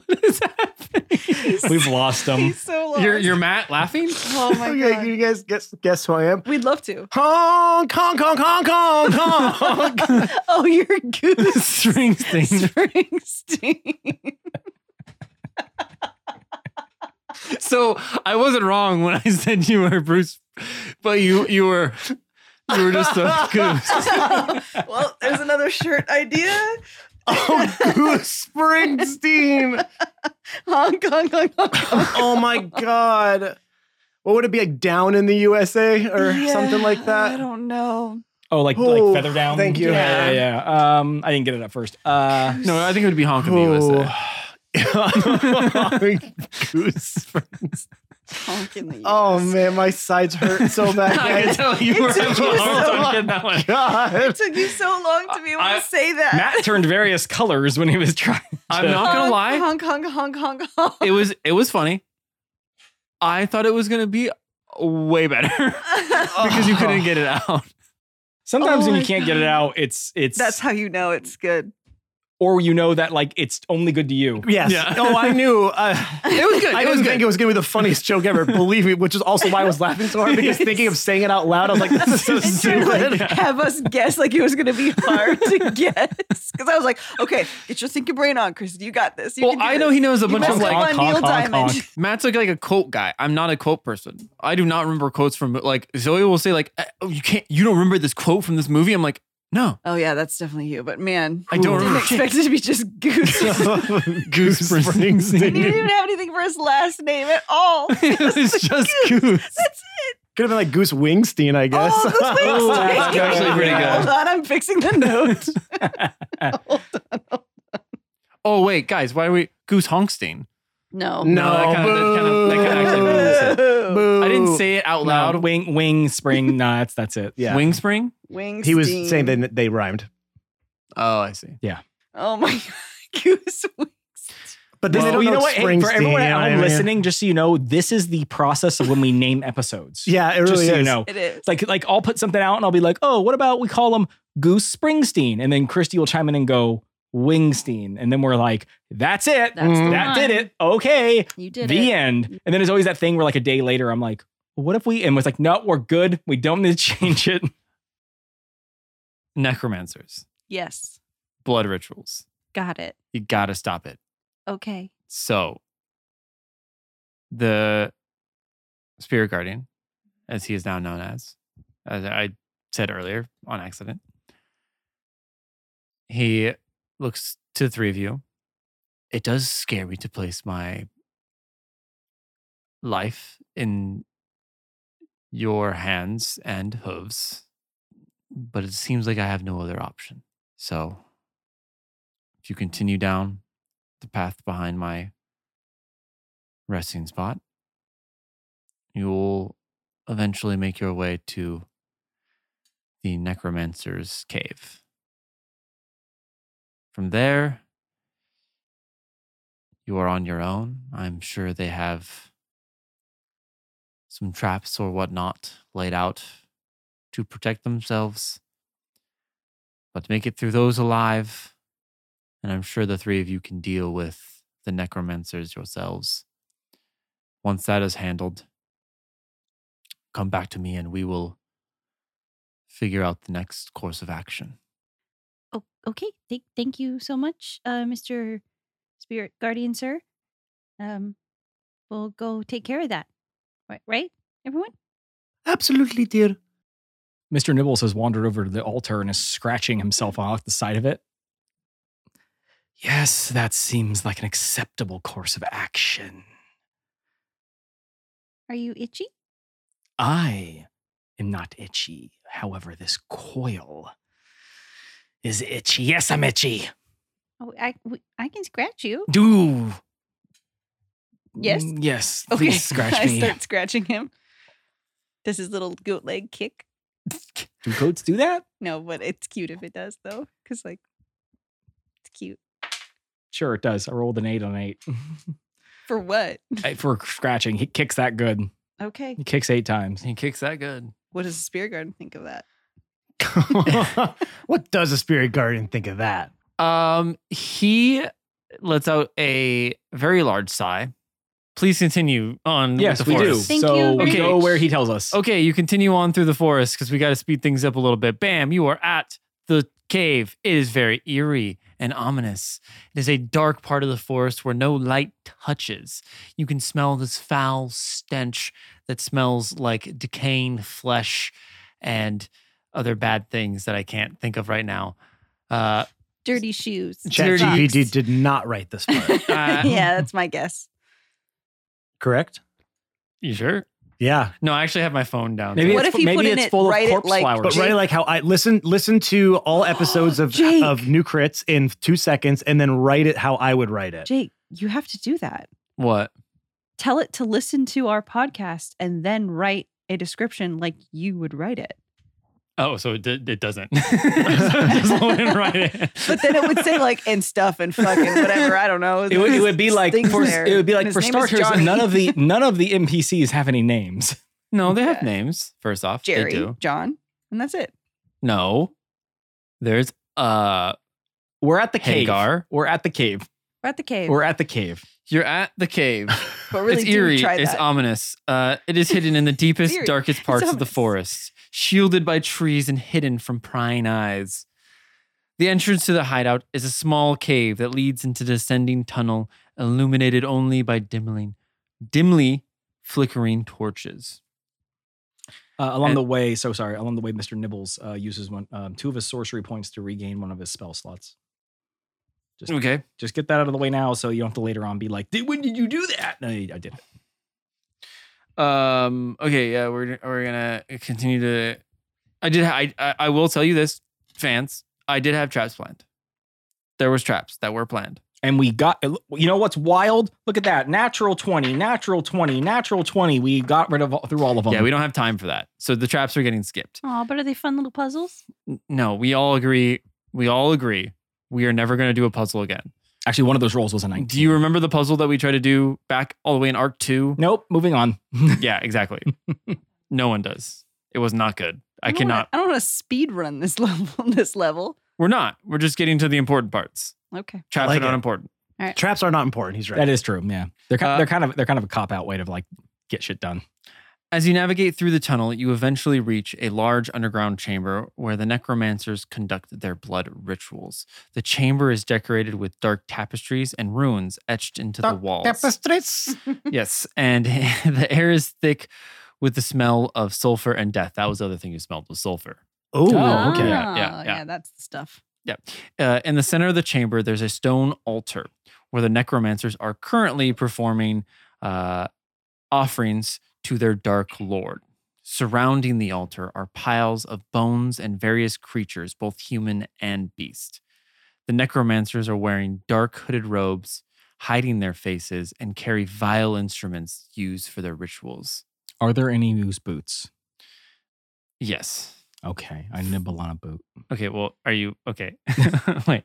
Speaker 5: What is happening? We've lost them.
Speaker 3: He's so lost.
Speaker 2: Um, You're, you're Matt laughing?
Speaker 3: oh my god.
Speaker 4: you guys guess guess who I am?
Speaker 3: We'd love to.
Speaker 4: Honk, honk, honk, honk, honk, honk.
Speaker 3: Oh, you're goose.
Speaker 2: Strings thing.
Speaker 3: Springsteen.
Speaker 2: So I wasn't wrong when I said you were Bruce, but you you were you were just a goose.
Speaker 3: well, there's another shirt idea.
Speaker 4: oh, Goose Springsteen.
Speaker 3: Hong Kong, Hong Kong.
Speaker 4: Oh my God. What would it be like down in the USA or something like
Speaker 3: I
Speaker 4: that?
Speaker 3: don't know.
Speaker 5: Oh, like
Speaker 4: Oh,
Speaker 5: like feather down.
Speaker 4: thank you.
Speaker 5: Yeah, yeah. yeah. Um, I didn't get it up first. Uh,
Speaker 2: No, I think it would be Honk of the USA.
Speaker 4: Goose Springsteen.
Speaker 3: Honk in the
Speaker 4: Oh
Speaker 3: US.
Speaker 4: man, my sides hurt so bad.
Speaker 2: I can
Speaker 4: guys.
Speaker 2: tell you were
Speaker 3: It's
Speaker 2: having a hard
Speaker 3: so
Speaker 2: time getting that one.
Speaker 4: God.
Speaker 3: It took you so long to be able
Speaker 2: I-
Speaker 3: to say that.
Speaker 5: Matt turned various colors when he was trying.
Speaker 2: I'm
Speaker 5: to-
Speaker 2: not gonna lie.
Speaker 3: Honk, honk, honk, honk, honk.
Speaker 2: It was it was funny. I thought it was gonna be way better because you couldn't get it out.
Speaker 5: Sometimes
Speaker 3: Oh
Speaker 5: when
Speaker 3: my
Speaker 5: you can't get it
Speaker 3: God.
Speaker 5: out, it's it's
Speaker 3: That's how you know it's good.
Speaker 5: or you know that like it's only good to you.
Speaker 4: Yes.
Speaker 2: Yeah.
Speaker 4: Oh, I knew. Uh,
Speaker 2: It was good.
Speaker 4: I
Speaker 2: it was
Speaker 4: didn't think
Speaker 2: good.
Speaker 4: it was going to be the funniest joke ever. Believe me, which is also why I was laughing so hard because thinking of saying it out loud, I was like, "This is so
Speaker 3: And to
Speaker 4: stupid."
Speaker 3: like have us guess like it was going to be hard to guess because I was like, okay, get your thinking brain on, Chris. You got this. You
Speaker 2: well,
Speaker 3: can do
Speaker 2: I
Speaker 3: this.
Speaker 2: know he knows a
Speaker 3: You
Speaker 2: bunch of
Speaker 3: messed
Speaker 2: like
Speaker 3: up on
Speaker 5: honk, honk,
Speaker 3: Neil
Speaker 5: honk,
Speaker 3: Diamond.
Speaker 5: honk.
Speaker 2: Matt's like, like a quote guy. I'm not a quote person. I do not remember quotes from like Zoe will say like "Uh, oh, you can't you don't remember this quote from this movie. I'm like no.
Speaker 3: Oh yeah, that's definitely you. But man,
Speaker 2: I don't
Speaker 3: didn't
Speaker 2: remember shit.
Speaker 3: expect it to be just goose. and
Speaker 4: Goose
Speaker 3: he didn't
Speaker 4: Springsteen
Speaker 3: even have anything for his last name at all. That's
Speaker 2: it was just goose.
Speaker 3: it.
Speaker 4: could have been like Goose Wingstein, I guess.
Speaker 3: Oh, Goose
Speaker 2: Oh, that's
Speaker 3: Wingstein.
Speaker 2: actually pretty good.
Speaker 3: Hold on, I'm fixing the note.
Speaker 2: Oh wait, guys, why are we goose Honkstein?
Speaker 3: No,
Speaker 4: No,
Speaker 2: that kinda- that kinda- that kinda actually
Speaker 4: boo. Boo.
Speaker 2: I didn't say it out
Speaker 5: Loud
Speaker 2: loud.
Speaker 5: wing wing spring. nah, that's that's it.
Speaker 4: Yeah.
Speaker 2: Wing spring.
Speaker 3: Wingstein.
Speaker 4: He was saying that they rhymed,
Speaker 2: Oh, I see.
Speaker 3: Oh my god, goose wings.
Speaker 4: but
Speaker 5: Well, you know what? Hey, for everyone at
Speaker 4: you know what I mean?
Speaker 5: home listening, just so you know, this is the process of when we name episodes.
Speaker 4: Yeah, it really
Speaker 5: just so
Speaker 4: is.
Speaker 5: you know,
Speaker 3: It is.
Speaker 5: it's like like I'll put something out and I'll be like, oh, what about we call him Goose Springsteen, and then Christy will chime in and go Wingstein, and then we're like, that's it,
Speaker 3: That's the
Speaker 5: Mm-hmm. that
Speaker 3: one.
Speaker 5: did it, okay,
Speaker 6: You did
Speaker 5: the
Speaker 6: it.
Speaker 5: end. And then there's always that thing where like a day later, I'm like, what if we? And was like, no, we're good. We don't need to change it.
Speaker 2: Necromancers,
Speaker 6: Yes.
Speaker 2: blood rituals.
Speaker 6: Got it.
Speaker 2: You gotta stop it.
Speaker 6: Okay.
Speaker 2: So, the spirit guardian, as he is now known as, as I said earlier on accident, he looks to the three of you. It does scare me to place my life in your hands and hooves, but it seems like I have no other option. So, if you continue down the path behind my resting spot, you'll eventually make your way to the necromancer's cave. From there, you are on your own. I'm sure they have some traps or whatnot laid out to protect themselves. But make it through those alive and I'm sure the three of you can deal with the necromancers yourselves. Once that is handled, come back to me and we will figure out the next course of action.
Speaker 6: Oh, okay. Thank, thank you so much, uh, Mr. Spirit Guardian, sir. Um, we'll go take care of that. Right, right, everyone?
Speaker 4: Absolutely, dear.
Speaker 5: Mr. Nibbles has wandered over to the altar and is scratching himself off the side of it. Yes, that seems like an acceptable course of action.
Speaker 6: Are you itchy?
Speaker 5: I am not itchy. However, this coil is itchy. Yes, I'm itchy.
Speaker 6: Oh, I, w- I can scratch you.
Speaker 5: Do.
Speaker 3: Yes?
Speaker 5: Mm, Yes.
Speaker 3: Okay,
Speaker 5: Please scratch
Speaker 3: I
Speaker 5: me.
Speaker 3: start scratching him. Does his little goat leg kick?
Speaker 5: Do goats do that?
Speaker 3: No, but it's cute if it does though, because like it's cute
Speaker 5: Sure, it does. I rolled an eight on eight.
Speaker 3: for what?
Speaker 5: Hey, For scratching, he kicks that good.
Speaker 3: Okay.
Speaker 5: He kicks eight times.
Speaker 2: He kicks that good.
Speaker 3: What does the spirit garden think of that?
Speaker 4: what does a spirit guardian think of that?
Speaker 2: Um, he lets out a very large sigh. Please continue on. with
Speaker 5: Yes,
Speaker 2: the
Speaker 5: we do.
Speaker 2: forest.
Speaker 6: Thank
Speaker 5: so
Speaker 6: you
Speaker 5: we
Speaker 2: very
Speaker 5: go
Speaker 2: much.
Speaker 5: where he tells us.
Speaker 2: Okay, you continue on through the forest because we got to speed things up a little bit. Bam, you are at the cave. It is very eerie and ominous. It is a dark part of the forest where no light touches. You can smell this foul stench that smells like decaying flesh and other bad things that I can't think of right now. Uh,
Speaker 6: Dirty shoes.
Speaker 2: Dirty-
Speaker 4: ChatGPT did not write this part,
Speaker 2: uh,
Speaker 3: yeah, that's my guess.
Speaker 4: correct?
Speaker 2: you sure?
Speaker 4: Yeah,
Speaker 2: No, I actually have my phone down.
Speaker 5: Maybe
Speaker 3: What
Speaker 5: it's,
Speaker 3: if he
Speaker 5: maybe
Speaker 3: put in
Speaker 5: it's
Speaker 3: it,
Speaker 5: full
Speaker 3: write
Speaker 5: of
Speaker 3: it
Speaker 5: corpse
Speaker 3: like-
Speaker 5: flowers.
Speaker 4: but right, like how I listen listen to all episodes of
Speaker 3: Jake.
Speaker 4: of new crits in two seconds, and then write it how I would write it.
Speaker 6: Jake, you have to do that.
Speaker 2: what?
Speaker 6: Tell it to listen to our podcast and then write a description like you would write it.
Speaker 2: Oh, so it, d- it doesn't. so it just went right in.
Speaker 3: But then it would say like and stuff and fucking whatever. I don't know.
Speaker 5: It would, it would be like
Speaker 3: Things
Speaker 5: for
Speaker 3: there.
Speaker 5: it would be like
Speaker 3: And his
Speaker 5: for
Speaker 3: name is
Speaker 5: starters,
Speaker 3: Johnny.
Speaker 5: none of the none of the NPCs have any names.
Speaker 2: No, they have
Speaker 3: Yeah.
Speaker 2: names. First off, They
Speaker 3: Jerry,
Speaker 2: do.
Speaker 3: John, and that's it.
Speaker 2: No, there's uh
Speaker 5: We're at the cave.
Speaker 2: Hagar.
Speaker 5: We're at the cave.
Speaker 6: We're at the cave.
Speaker 5: We're at the cave.
Speaker 2: You're at the cave.
Speaker 3: But really,
Speaker 2: it's
Speaker 3: do
Speaker 2: eerie.
Speaker 3: try
Speaker 2: It's
Speaker 3: that.
Speaker 2: ominous. Uh, it is hidden in the deepest,
Speaker 3: eerie.
Speaker 2: darkest parts of the
Speaker 3: ominous.
Speaker 2: forest, shielded by trees and hidden from prying eyes. The entrance to the hideout is a small cave that leads into descending tunnel, illuminated only by dimly, dimly flickering torches.
Speaker 5: Uh, along
Speaker 2: And-
Speaker 5: the way, so sorry. Along the way, Mister Nibbles uh, uses one um, two of his sorcery points to regain one of his spell slots. Just,
Speaker 2: Okay.
Speaker 5: just get that out of the way now, so you don't have to later on be like, "Did- "When did you do that?" No, I did.
Speaker 2: Um. Okay. Yeah. We're we're gonna continue to. I did. ha- I I I will tell you this, fans. I did have traps planned. There was traps that were planned.
Speaker 5: And we got. You know what's wild? Look at that. Natural twenty. Natural twenty. Natural twenty. We got rid of all, through all of them.
Speaker 2: Yeah. We don't have time for that. So the traps are getting skipped.
Speaker 6: Aw, but are they fun little puzzles?
Speaker 2: N- No. We all agree. We all agree. We are never gonna do a puzzle again.
Speaker 5: Actually, one of those rolls was a nineteen.
Speaker 2: Do you remember the puzzle that we tried to do back all the way in arc two?
Speaker 5: Nope. Moving on.
Speaker 2: Yeah. Exactly. no one does. It was not good. I
Speaker 3: don't
Speaker 2: cannot.
Speaker 3: Wanna, I don't want to speed run this level. This level.
Speaker 2: We're not. We're just getting to the important parts.
Speaker 3: Okay.
Speaker 2: Traps
Speaker 4: like
Speaker 2: are not
Speaker 4: it.
Speaker 2: important.
Speaker 4: Traps are not important. He's right.
Speaker 5: That is true. Yeah, they're kind,
Speaker 2: Uh,
Speaker 5: they're kind of they're kind of a cop out way to like get shit done.
Speaker 2: As you navigate through the tunnel, you eventually reach a large underground chamber where the necromancers conduct their blood rituals. The chamber is decorated with dark tapestries and runes etched into the walls. yes, and the air is thick with the smell of sulfur and death. That was the other thing you smelled was sulfur.
Speaker 4: Oh,
Speaker 6: Ah,
Speaker 4: okay.
Speaker 2: Yeah, yeah, yeah.
Speaker 3: that's the stuff.
Speaker 2: Uh, in the center of the chamber, there's a stone altar where the necromancers are currently performing uh, offerings to their dark lord. Surrounding the altar are piles of bones and various creatures, both human and beast. The necromancers are wearing dark hooded robes, hiding their faces, and carry vile instruments used for their rituals.
Speaker 5: Are there any loose boots?
Speaker 2: Yes.
Speaker 5: Okay, I nibble on a boot.
Speaker 2: Okay, well, are you okay? Wait.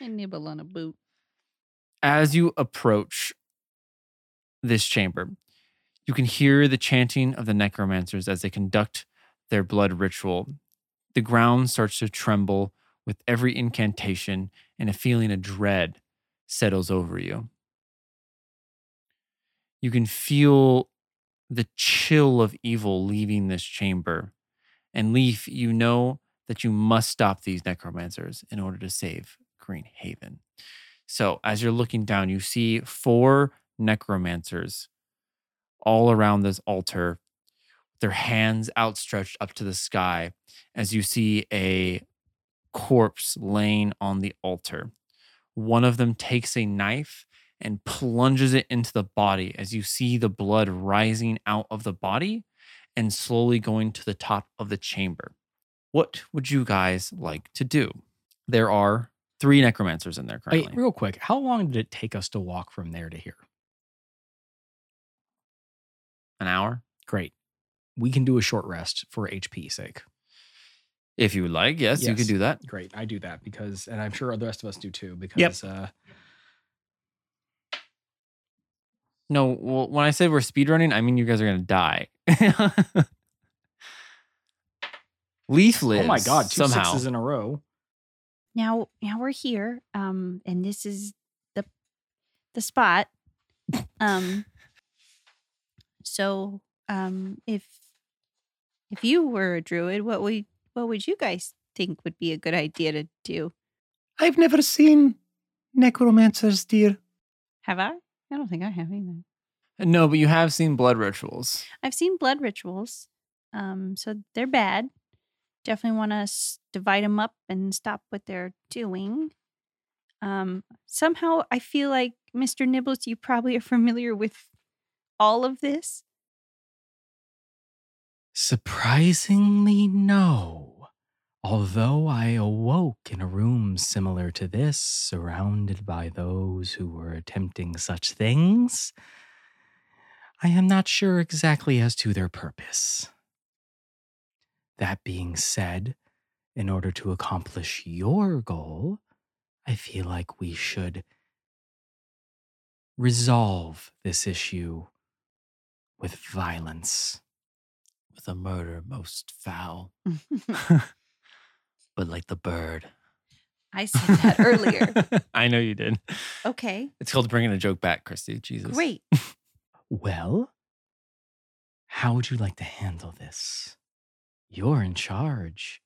Speaker 6: I nibble on a boot.
Speaker 2: as you approach this chamber, you can hear the chanting of the necromancers as they conduct their blood ritual. The ground starts to tremble with every incantation, and a feeling of dread settles over you. You can feel the chill of evil leaving this chamber. And Leaf, you know that you must stop these necromancers in order to save Green Haven. So as you're looking down, you see four necromancers all around this altar, their hands outstretched up to the sky, as you see a corpse laying on the altar. One of them takes a knife and plunges it into the body as you see the blood rising out of the body and slowly going to the top of the chamber. What would you guys like to do? There are three necromancers in there currently.
Speaker 5: Wait, real quick, how long did it take us to walk from there to here?
Speaker 2: an hour
Speaker 5: Great, we can do a short rest for HP sake.
Speaker 2: if you would like. Yes, you
Speaker 5: Yes.
Speaker 2: could do that.
Speaker 5: Great, I do that because, and I'm sure the rest of us do too. Because
Speaker 4: because,
Speaker 5: uh,
Speaker 2: No, well, when I said we're speedrunning, I mean you guys are gonna die. Oh Leaf lives.
Speaker 5: oh my god, two
Speaker 2: somehow.
Speaker 5: sixes in a row.
Speaker 6: Now, now we're here, um, and this is
Speaker 3: the spot. Um, so um, if if you were a druid, what would what would you guys think would be a good idea to do?
Speaker 4: I've never seen necromancers, dear.
Speaker 3: Have I? I don't think I have either.
Speaker 2: No, but you have seen blood rituals.
Speaker 3: I've seen blood rituals, um, so they're bad. Definitely want to divide them up and stop what they're doing. Um, somehow, I feel like Mr. Nibbles, you probably are familiar with all of this.
Speaker 5: Surprisingly, no. Although I awoke in a room similar to this, surrounded by those who were attempting such things, I am not sure exactly as to their purpose. That being said, in order to accomplish your goal, I feel like we should resolve this issue with violence
Speaker 2: With a murder most foul, but like the bird.
Speaker 3: I said that earlier.
Speaker 2: I know you did.
Speaker 3: Okay,
Speaker 2: It's called bringing the joke back, Christy. Jesus.
Speaker 3: great.
Speaker 5: Well, how would you like to handle this? You're in charge,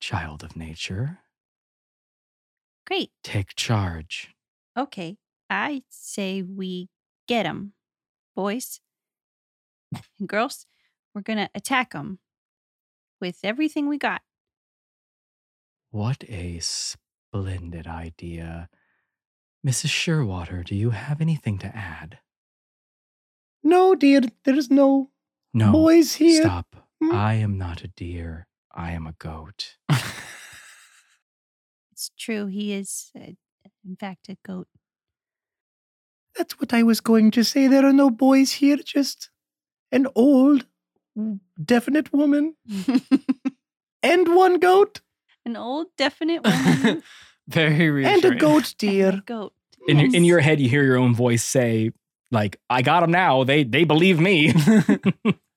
Speaker 5: child of nature.
Speaker 3: Great.
Speaker 5: Take charge.
Speaker 3: Okay. I say we get them, boys and girls. We're going to attack them with everything we got.
Speaker 5: What a splendid idea. Mrs. Sherwater, do you have anything to add?
Speaker 4: No, dear, there is no,
Speaker 5: No.
Speaker 4: boys here.
Speaker 5: Stop.
Speaker 4: Hmm?
Speaker 5: I am not a deer. I am a goat.
Speaker 3: It's true. He is, uh, in fact, a goat.
Speaker 4: That's what I was going to say. There are no boys here, just an old, definite woman and one goat
Speaker 3: An old, definite woman.
Speaker 2: Very
Speaker 4: and
Speaker 2: reassuring.
Speaker 4: a goat,
Speaker 3: and a
Speaker 4: dear.
Speaker 3: goat.
Speaker 5: In, your, in
Speaker 3: Yes.
Speaker 5: your head, you hear your own voice say, like, I got them now. They, they believe me.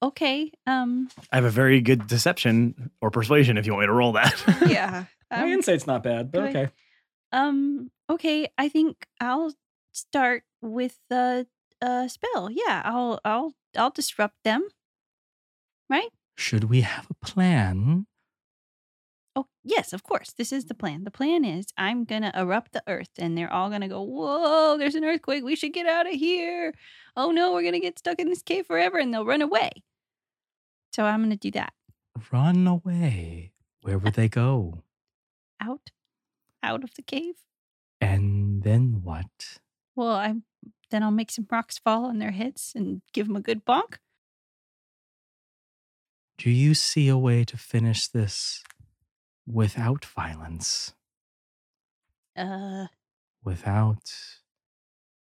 Speaker 3: Okay. Um.
Speaker 7: I have a very good deception or persuasion if you want me to roll that.
Speaker 8: yeah.
Speaker 5: My
Speaker 3: um,
Speaker 5: insight's not bad, but
Speaker 3: do I-
Speaker 5: okay.
Speaker 3: Um. Okay. I think I'll start with the uh, spell. Yeah. I'll. I'll. I'll disrupt them.
Speaker 5: Should we have a plan?
Speaker 3: Oh yes, of course. This is the plan. The plan is I'm gonna erupt the earth, and they're all gonna go. Whoa! There's an earthquake. We should get out of here. Oh no, we're gonna get stuck in this cave forever, and they'll run away. So I'm gonna do that.
Speaker 5: Run away. Where would they go?
Speaker 3: Out, out of the cave.
Speaker 5: And then what?
Speaker 3: Well, I then I'll make some rocks fall on their heads and give them a good bonk.
Speaker 5: Do you see a way to finish this without violence,
Speaker 3: Uh,
Speaker 5: without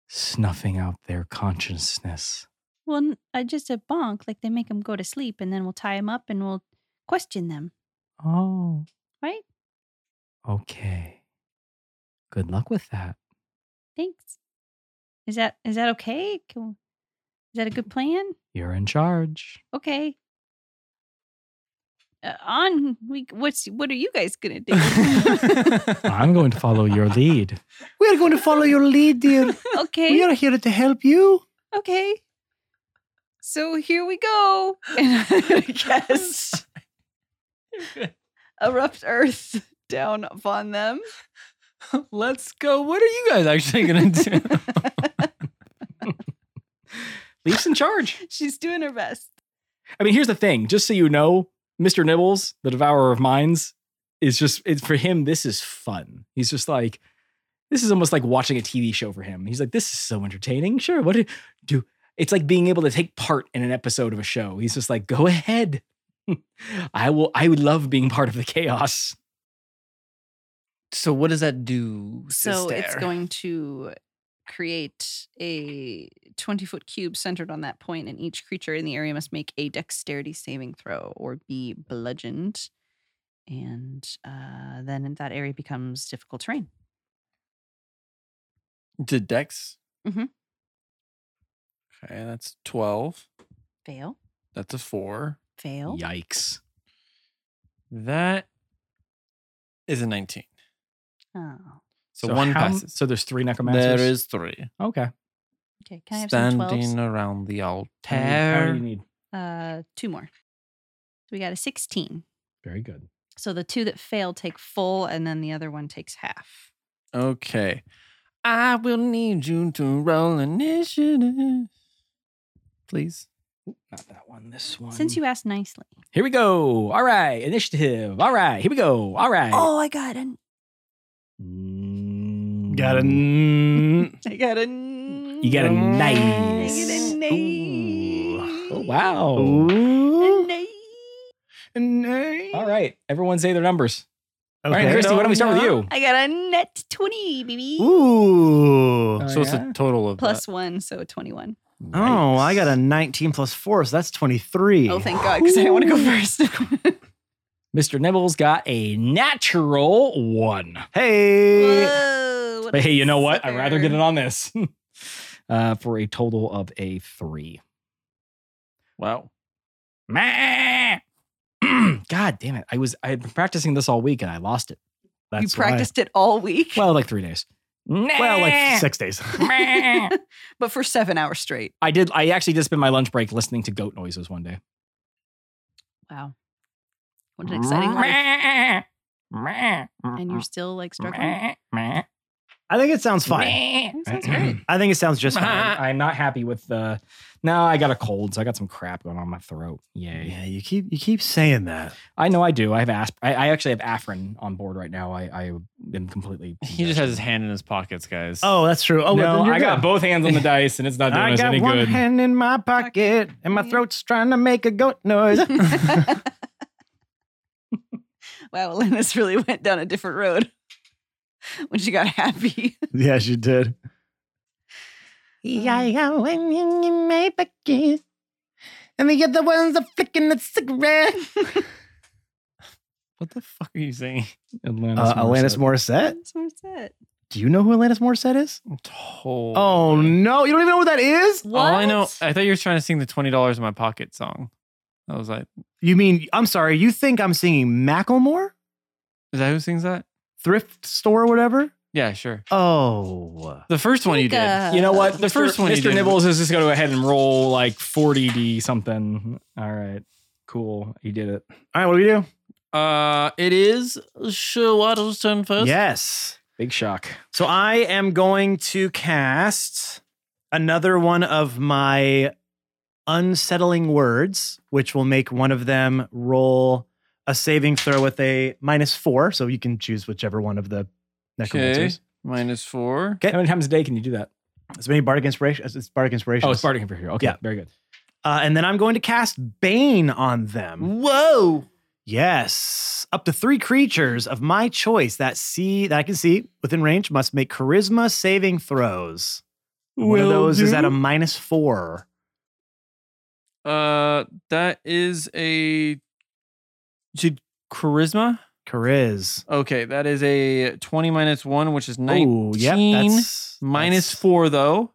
Speaker 5: snuffing out their consciousness?
Speaker 3: well, n- uh, just a bonk, like they make them go to sleep, and then we'll tie them up and we'll question them,
Speaker 5: Oh,
Speaker 3: right?
Speaker 5: okay. Good luck with that.
Speaker 3: Thanks. Is that is that okay? Can, is that a good plan?
Speaker 5: You're in charge.
Speaker 3: Okay. Uh, on we what's what are you guys gonna do?
Speaker 5: I'm going to follow your lead.
Speaker 4: We are going to follow your lead, dear. We
Speaker 3: okay,
Speaker 4: are here to help you.
Speaker 3: okay. So here we go.
Speaker 8: And I'm gonna guess erupt earth down upon them.
Speaker 2: Let's go. What are you guys actually going to do?
Speaker 5: Leaf's in charge.
Speaker 8: She's doing her best.
Speaker 5: I mean, here's the thing. Just so you know, Mr. Nibbles, the devourer of minds, is just it's for him. This is fun. He's just like, this is almost like watching a TV show for him. He's like, this is so entertaining. Sure, what do, do? It's like being able to take part in an episode of a show. He's just like, go ahead. I will. I would love being part of the chaos.
Speaker 2: so, what does that do?
Speaker 8: So it's
Speaker 2: sister?
Speaker 8: going to create a 20 foot cube centered on that point, and each creature in the area must make a dexterity saving throw or be bludgeoned. And uh, then that area becomes difficult terrain.
Speaker 2: to Dex.
Speaker 5: Mm-hmm.
Speaker 8: Mhm.
Speaker 2: Okay, that's 12.
Speaker 8: Fail,
Speaker 2: That's a four.
Speaker 8: fail.
Speaker 5: Yikes!
Speaker 2: That is a 19.
Speaker 3: Oh.
Speaker 2: So, one
Speaker 5: how m-
Speaker 2: passes.
Speaker 5: So there's three necromancers.
Speaker 2: there is three
Speaker 5: okay.
Speaker 3: Okay, can I have some twelves?
Speaker 2: standing around the altar.
Speaker 5: How many do you need?
Speaker 3: Uh, two more. So we got a sixteen.
Speaker 5: Very good.
Speaker 3: So the two that fail take full, and then the other one takes half.
Speaker 2: Okay. I will need you to roll initiative. Please.
Speaker 5: Not that one. This one.
Speaker 3: Since you asked nicely.
Speaker 5: Here we go. All right. Initiative. All right. Here we go. All right.
Speaker 3: Oh, I got an.
Speaker 5: Mm.
Speaker 4: Got a.
Speaker 9: I got a.
Speaker 5: You
Speaker 9: You
Speaker 5: got a
Speaker 9: I get
Speaker 5: nice.
Speaker 9: a
Speaker 2: Oh,
Speaker 4: Ooh.
Speaker 5: Oh,
Speaker 9: name.
Speaker 5: wow.
Speaker 4: Ooh.
Speaker 9: Name.
Speaker 5: All right. Everyone say their numbers. All right,
Speaker 4: Okay.
Speaker 5: Christy, why don't we start with you?
Speaker 3: I got a net twenty, baby.
Speaker 4: Ooh.
Speaker 5: Oh,
Speaker 2: so it's
Speaker 5: yeah?
Speaker 2: a total of uh,
Speaker 9: Plus one, so twenty-one.
Speaker 2: that.
Speaker 4: Oh, I
Speaker 2: Yikes.
Speaker 4: got a 19 plus four, so that's 23.
Speaker 9: Oh, thank God, because I want to go first.
Speaker 5: Mr. Nibbles got a natural one.
Speaker 4: Hey.
Speaker 9: Whoa, what
Speaker 5: But
Speaker 9: a
Speaker 5: hey, you know what? I'd rather get
Speaker 9: sucker.
Speaker 5: it on this uh, for a total of a three.
Speaker 2: Wow.
Speaker 5: Meh. God damn it. I was I've been practicing this all week and I lost it.
Speaker 9: You
Speaker 4: That's why.
Speaker 9: practiced it all week,
Speaker 5: Well, like three days.
Speaker 4: Well, like six days.
Speaker 5: Meh.
Speaker 9: but for seven hours straight.
Speaker 5: I did I actually did spend my lunch break listening to goat noises one day.
Speaker 3: Wow. What an exciting life. And you're still like struggling.
Speaker 4: I think it sounds fine.
Speaker 5: That
Speaker 9: sounds great.
Speaker 4: I think it sounds just fine.
Speaker 5: Mm-hmm. I'm not happy with the. No, I got a cold, so I got some crap going on in my throat. Yay!
Speaker 4: Yeah, you keep you keep saying that.
Speaker 5: I know I do. I have asp. I, I actually have Afrin on board right now. I I am completely.
Speaker 2: He just has his hand in his pockets, guys.
Speaker 4: Oh, that's true. Oh, well,
Speaker 5: no,
Speaker 4: then you're
Speaker 5: I got
Speaker 4: good.
Speaker 5: both hands on the dice, and it's not doing
Speaker 4: I
Speaker 5: us
Speaker 4: got
Speaker 5: any
Speaker 4: one
Speaker 5: good.
Speaker 4: hand in my pocket, and my throat's trying to make a goat noise.
Speaker 9: wow, Linus really went down a different road when she got happy.
Speaker 4: yeah, she did. Yeah, yeah, when you get my pocket, and the other one's a flicking a cigarette.
Speaker 2: What the fuck are you saying?
Speaker 5: Atlantis
Speaker 4: Uh, Alanis
Speaker 5: Morissette.
Speaker 4: Morissette.
Speaker 9: That's what it said.
Speaker 4: Do you know who Alanis Morissette is?
Speaker 2: Totally.
Speaker 4: Oh no, you don't even know who that is.
Speaker 2: All I know, I thought you were trying to sing the twenty dollars in my pocket song. I was like,
Speaker 4: You mean I'm sorry? You think I'm singing Macklemore,
Speaker 2: is that who sings that?
Speaker 4: thrift store, or whatever?
Speaker 2: Yeah, sure.
Speaker 4: Oh,
Speaker 2: The first one you did.
Speaker 9: Tinka.
Speaker 5: You know what?
Speaker 2: Uh,
Speaker 5: The first one,
Speaker 2: you
Speaker 5: Mr.
Speaker 2: did.
Speaker 5: Nibbles is just going to go ahead and roll like 40d something. All right, cool. You did it.
Speaker 4: all right. What do we do?
Speaker 2: Uh, it is Shawato's turn first.
Speaker 4: Yes.
Speaker 5: Big shock.
Speaker 4: So I am going to cast another one of my unsettling words, which will make one of them roll a saving throw with a minus four. So you can choose whichever one of the necromancers.
Speaker 2: Minus four.
Speaker 5: How many times a day can you do that?
Speaker 4: As many bardic inspiration as it's bardic inspiration.
Speaker 5: Oh, it's Bardic Inspiration. Okay,
Speaker 4: Yeah.
Speaker 5: very good.
Speaker 4: Uh, and then I'm going to cast Bane on them.
Speaker 2: Whoa.
Speaker 4: Yes. Up to three creatures of my choice that see that I can see within range must make charisma saving throws. One of
Speaker 2: Will
Speaker 4: those is at
Speaker 2: do.
Speaker 4: a minus four.
Speaker 2: Uh, that is a. Should charisma?
Speaker 4: Chariz.
Speaker 2: Okay, that is a twenty minus one, which is nineteen.
Speaker 4: Ooh, yep, that's,
Speaker 2: Minus
Speaker 4: Oh, that's-
Speaker 2: four though.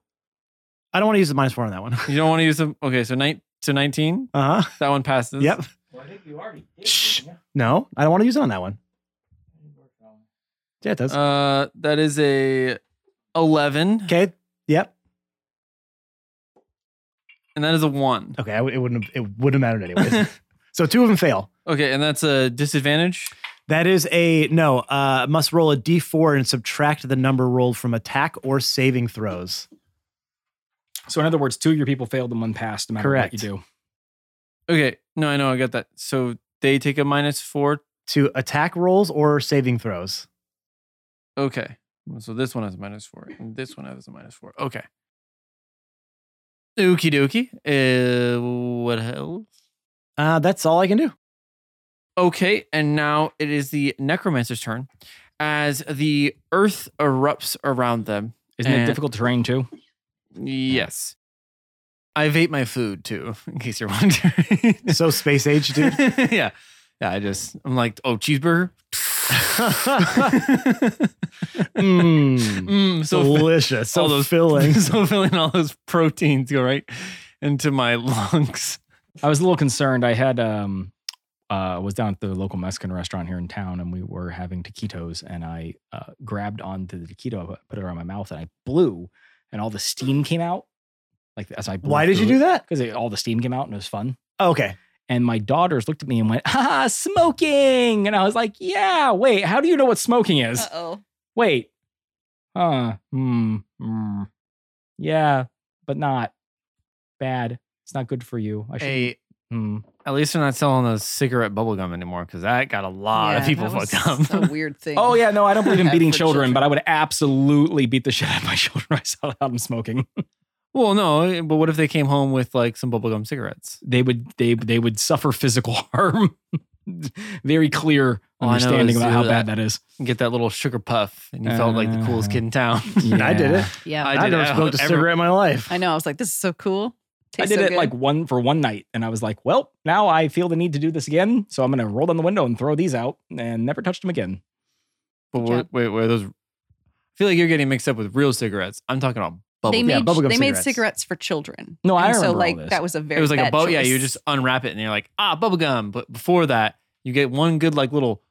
Speaker 4: I don't want to use the minus four on that one.
Speaker 2: You don't want to use them. Okay, so nine to nineteen.
Speaker 4: Uh huh.
Speaker 2: That one passes.
Speaker 4: Yep.
Speaker 5: Well, I think you already did.
Speaker 4: Shh. No, I don't want to use it on that one. Yeah, it does.
Speaker 2: Uh, that is a eleven,
Speaker 4: okay. Yep.
Speaker 2: and that is a one.
Speaker 4: Okay. I w- it wouldn't. Have, it wouldn't have mattered anyways. so two of them fail.
Speaker 2: Okay, and that's a disadvantage.
Speaker 4: That is a no. Uh, must roll a d4 and subtract the number rolled from attack or saving throws.
Speaker 5: So in other words, two of your people failed and one passed, no matter
Speaker 4: Correct.
Speaker 5: what you do.
Speaker 2: Okay, no, I know, I got that. So they take a minus four.
Speaker 4: to attack rolls or saving throws.
Speaker 2: Okay, so this one has a minus four, and this one has a minus four. Okay. Okie dokie. Uh, what else?
Speaker 4: Uh, that's all I can do.
Speaker 2: Okay, and now it is the necromancer's turn. As the earth erupts around them.
Speaker 5: Isn't it
Speaker 2: And-
Speaker 5: difficult terrain too?
Speaker 2: Yes. I've ate my food too, in case you're wondering.
Speaker 4: So space age, dude.
Speaker 2: yeah. Yeah, I just I'm like, oh, cheeseburger.
Speaker 4: Mm,
Speaker 5: Hmm.
Speaker 2: Mm, so
Speaker 4: delicious. So
Speaker 2: all those
Speaker 4: filling.
Speaker 2: so filling all those proteins go right into my lungs.
Speaker 5: I was a little concerned. I had um uh, was down at the local Mexican restaurant here in town, and we were having taquitos, and I uh, grabbed onto the taquito, put it around my mouth, and I blew, and all the steam came out. Like as I
Speaker 10: Why did you do that?
Speaker 5: Because all the steam came out, and it was fun.
Speaker 10: Oh, okay.
Speaker 5: And my daughters looked at me and went, "Ah, smoking!" And I was like, "Yeah, wait, how do you know what smoking is?
Speaker 3: Uh oh.
Speaker 5: Wait, huh? Hmm, hmm, yeah, but not bad. It's not good for you. I should.
Speaker 2: Hey,
Speaker 5: hmm.
Speaker 2: at least they're not selling those cigarette bubblegum anymore because that got a lot of people fucked up.
Speaker 3: A weird thing.
Speaker 5: Oh yeah, no, I don't believe in beating
Speaker 3: For
Speaker 5: children, but
Speaker 3: children.
Speaker 5: I would absolutely beat the shit out of my children. if I saw them smoking.
Speaker 2: well, no, eh, but what if they came home with like some bubblegum cigarettes?
Speaker 5: They would they they would suffer physical harm. Very clear
Speaker 2: All I know
Speaker 5: understanding
Speaker 2: is
Speaker 5: about how
Speaker 2: that-
Speaker 5: bad that is.
Speaker 2: Get that little sugar puff, and you felt like the coolest kid in town.
Speaker 10: I did it.
Speaker 5: Yeah.
Speaker 3: Yeah. I,
Speaker 2: I-
Speaker 10: I
Speaker 2: did
Speaker 10: never
Speaker 2: it.
Speaker 10: smoked a
Speaker 2: Every-
Speaker 10: cigarette in my life.
Speaker 3: know. I was like, this is so cool.
Speaker 5: I
Speaker 3: Tastes
Speaker 5: did
Speaker 3: so
Speaker 5: it
Speaker 3: good.
Speaker 5: like one for one night, and I was like, "Well, now I feel the need to do this again, so I'm gonna roll down the window and throw these out, and never touch them again."
Speaker 2: But wait, wait, wait, those. I feel like you're getting mixed up with real cigarettes. I'm talking about bubble.
Speaker 3: they
Speaker 2: gum.
Speaker 3: made
Speaker 10: yeah,
Speaker 3: they
Speaker 10: bubblegum
Speaker 3: made
Speaker 10: cigarettes.
Speaker 3: cigarettes for children.
Speaker 5: No, I
Speaker 3: and so
Speaker 5: remember all
Speaker 3: like
Speaker 5: this.
Speaker 3: that was a very
Speaker 2: it was like a
Speaker 3: bad
Speaker 2: bubble. Yeah,
Speaker 3: choice.
Speaker 2: you just unwrap it and you're like, ah, bubble gum. But before that, you get one good like little.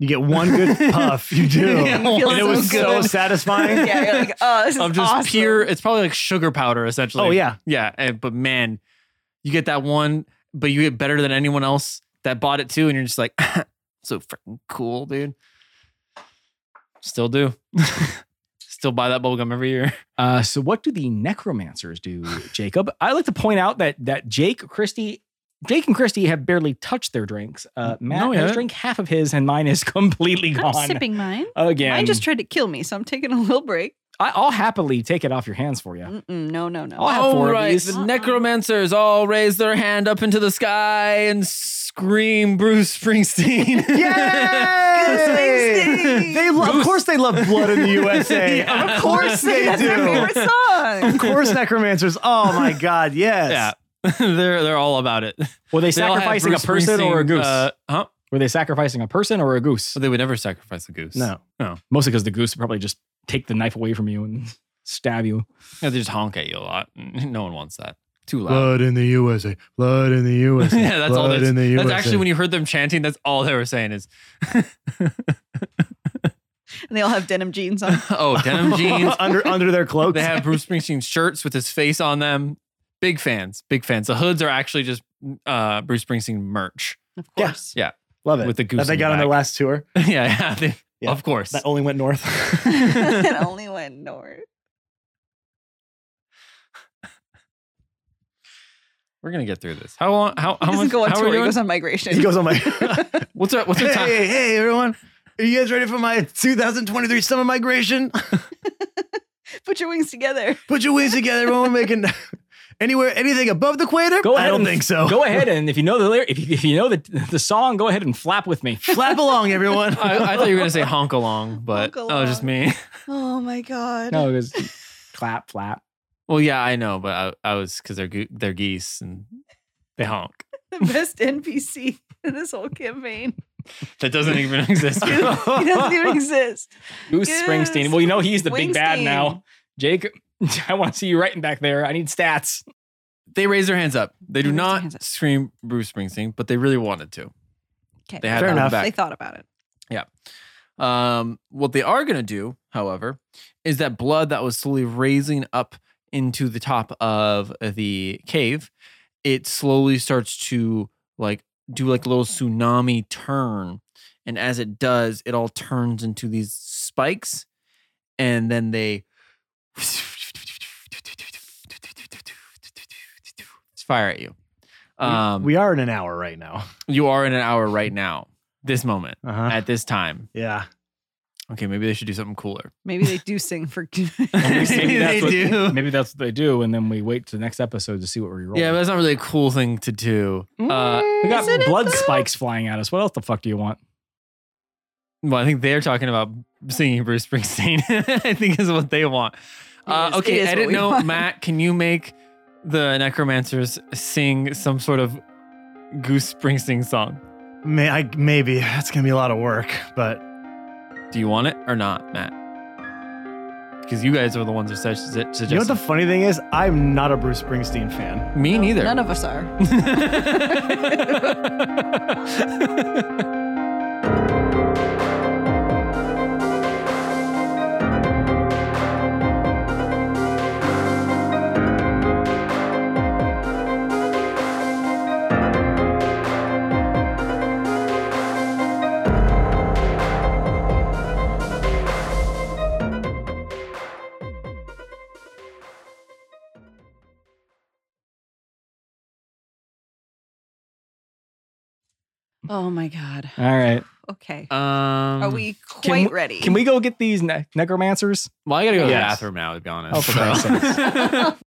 Speaker 10: You get one good puff. You do.
Speaker 2: Yeah,
Speaker 3: it feels
Speaker 10: And it
Speaker 3: so
Speaker 10: was so
Speaker 3: good.
Speaker 10: satisfying.
Speaker 3: yeah, you're like, oh, this is
Speaker 2: of just
Speaker 3: awesome.
Speaker 2: pure. It's probably like sugar powder essentially.
Speaker 10: Oh yeah.
Speaker 2: yeah. and- but man, you get that one, but you get better than anyone else that bought it too, and you're just like, so freaking cool, dude. Still do. Still buy that bubble gum every year.
Speaker 5: Uh, so what do the necromancers do, Jacob? I like to point out that that Jake Christie, Jake and Christie have barely touched their drinks. Uh, Matt
Speaker 2: No, we
Speaker 5: has
Speaker 2: haven't.
Speaker 5: drank half of his, and mine is completely
Speaker 6: I'm
Speaker 5: gone
Speaker 6: sipping mine.
Speaker 5: again.
Speaker 3: Mine just tried to kill me, so I'm taking a little break.
Speaker 5: I, I'll happily take it off your hands for you.
Speaker 3: Mm-mm, no, no, no.
Speaker 5: I'll
Speaker 2: Oh,
Speaker 5: have four of these.
Speaker 2: the necromancers all raise their hand up into the sky and scream Bruce Springsteen.
Speaker 3: Springsteen!
Speaker 10: They love, of course they love blood in the USA.
Speaker 2: Yeah.
Speaker 10: Of course they
Speaker 3: That's my
Speaker 10: do.
Speaker 3: favorite song.
Speaker 10: Of course, necromancers. Oh my god, yes.
Speaker 2: Yeah. they're they're all about it.
Speaker 5: Were they
Speaker 2: They all had
Speaker 5: sacrificing a
Speaker 2: Bruce
Speaker 5: person or a
Speaker 2: Springsteen,
Speaker 5: goose?
Speaker 2: Uh, huh?
Speaker 5: Were they sacrificing a person or a goose?
Speaker 2: So they would never sacrifice a goose.
Speaker 10: No.
Speaker 5: Mostly because the goose would probably just take the knife away from you and stab you.
Speaker 2: Yeah, they just honk at you a lot. No one wants that. Too loud.
Speaker 10: Blood in the USA. Blood in the USA.
Speaker 2: yeah, that's all.
Speaker 10: blood
Speaker 2: That's,
Speaker 10: in the USA.
Speaker 2: that's actually when you heard them chanting. That's all they were saying is,
Speaker 3: And they all have denim jeans on.
Speaker 2: "Oh, denim jeans."
Speaker 10: under under their cloaks.
Speaker 2: They have Bruce Springsteen shirts with his face on them. Big fans. Big fans. The hoods are actually just uh, Bruce Springsteen merch.
Speaker 3: Of
Speaker 10: Yeah.
Speaker 3: course.
Speaker 10: Love it
Speaker 2: with the
Speaker 10: that
Speaker 2: goose
Speaker 10: they
Speaker 2: in the
Speaker 10: got on their
Speaker 2: back.
Speaker 10: last tour.
Speaker 2: yeah, yeah, they-
Speaker 10: Yeah.
Speaker 2: Of course.
Speaker 10: That only went north.
Speaker 3: it only went north.
Speaker 2: We're gonna get through this. How long? How
Speaker 3: He
Speaker 2: how
Speaker 3: doesn't
Speaker 2: much?
Speaker 3: go on
Speaker 2: how are
Speaker 3: tour.
Speaker 2: we
Speaker 3: He
Speaker 2: doing?
Speaker 3: goes on migration.
Speaker 10: he goes on my.
Speaker 2: What's our what's our time?
Speaker 10: hey, hey, everyone. Are you guys ready for my 2023 summer migration?
Speaker 3: Put your wings together.
Speaker 10: Put your wings together, everyone. We're making anywhere, anything above the equator.
Speaker 5: Go ahead
Speaker 10: I don't
Speaker 5: and-
Speaker 10: think so.
Speaker 5: Go ahead and if you know the lyric, if you, if you know the, the song, go ahead and flap with me.
Speaker 10: Flap along, everyone.
Speaker 2: I, I thought you were gonna say honk along, but
Speaker 3: Honk
Speaker 2: oh, that was just me.
Speaker 3: Oh my god.
Speaker 5: No, it was clap, flap.
Speaker 2: Well, yeah, I know, but I, I was because they're goo- they're geese and they honk.
Speaker 3: The best NPC in this whole campaign.
Speaker 2: That doesn't even exist.
Speaker 3: He doesn't even exist.
Speaker 5: Goose
Speaker 3: Goose
Speaker 5: Springsteen. Well, you know he's the big bad
Speaker 3: Springsteen.
Speaker 5: now. Jake, I want to see you writing back there. I need stats.
Speaker 2: they raise their hands up. They
Speaker 3: They
Speaker 2: do
Speaker 3: raise their hands
Speaker 2: not
Speaker 3: up.
Speaker 2: scream Bruce Springsteen, but they really wanted to.
Speaker 3: Okay.
Speaker 2: They had
Speaker 10: Fair
Speaker 2: it on the
Speaker 10: enough.
Speaker 2: back.
Speaker 3: They thought about it.
Speaker 2: Um, what they are going to do, however, is that blood that was slowly raising up into the top of the cave, it slowly starts to like do like a little tsunami turn. And as it does, it all turns into these spikes. And then they. Fire at you. Um,
Speaker 10: we are in an hour right now.
Speaker 2: you are in an hour right now, this moment,
Speaker 10: Uh-huh.
Speaker 2: at this time.
Speaker 10: Yeah.
Speaker 2: Okay, maybe they should do something cooler.
Speaker 3: Maybe they do sing for
Speaker 5: Maybe that's, what,
Speaker 10: They do.
Speaker 5: maybe that's what they do, and then we wait to the next episode to see what we roll.
Speaker 2: Yeah, but that's not really a cool thing to do. Uh,
Speaker 5: we
Speaker 3: Is it
Speaker 5: got
Speaker 3: a
Speaker 5: blood
Speaker 3: threat?
Speaker 5: spikes flying at us. What else the fuck do you want?
Speaker 2: well, I think they're talking about singing Bruce Springsteen. I think is what they want. Uh,
Speaker 3: It is-
Speaker 2: okay,
Speaker 3: it is
Speaker 2: I
Speaker 3: what
Speaker 2: didn't
Speaker 3: we
Speaker 2: know,
Speaker 3: want.
Speaker 2: Matt. Can you make the Necromancers sing some sort of Goose Springsteen song?
Speaker 10: May I maybe that's gonna be a lot of work, but
Speaker 2: Do you want it or not, Matt? because you guys are the ones who su- su-
Speaker 4: You know what
Speaker 2: suggested.
Speaker 4: the funny thing is? I'm not a Bruce Springsteen fan.
Speaker 2: Me neither.
Speaker 3: None of us are. Oh my god.
Speaker 5: All right.
Speaker 3: Okay.
Speaker 2: um,
Speaker 3: are we
Speaker 5: can
Speaker 3: quite
Speaker 5: we-
Speaker 3: ready?
Speaker 5: Can we go get these ne- necromancers?
Speaker 2: Well, I gotta go to
Speaker 5: Yes.
Speaker 2: the bathroom now. To be honest.
Speaker 5: Oh, for Christ's
Speaker 2: So-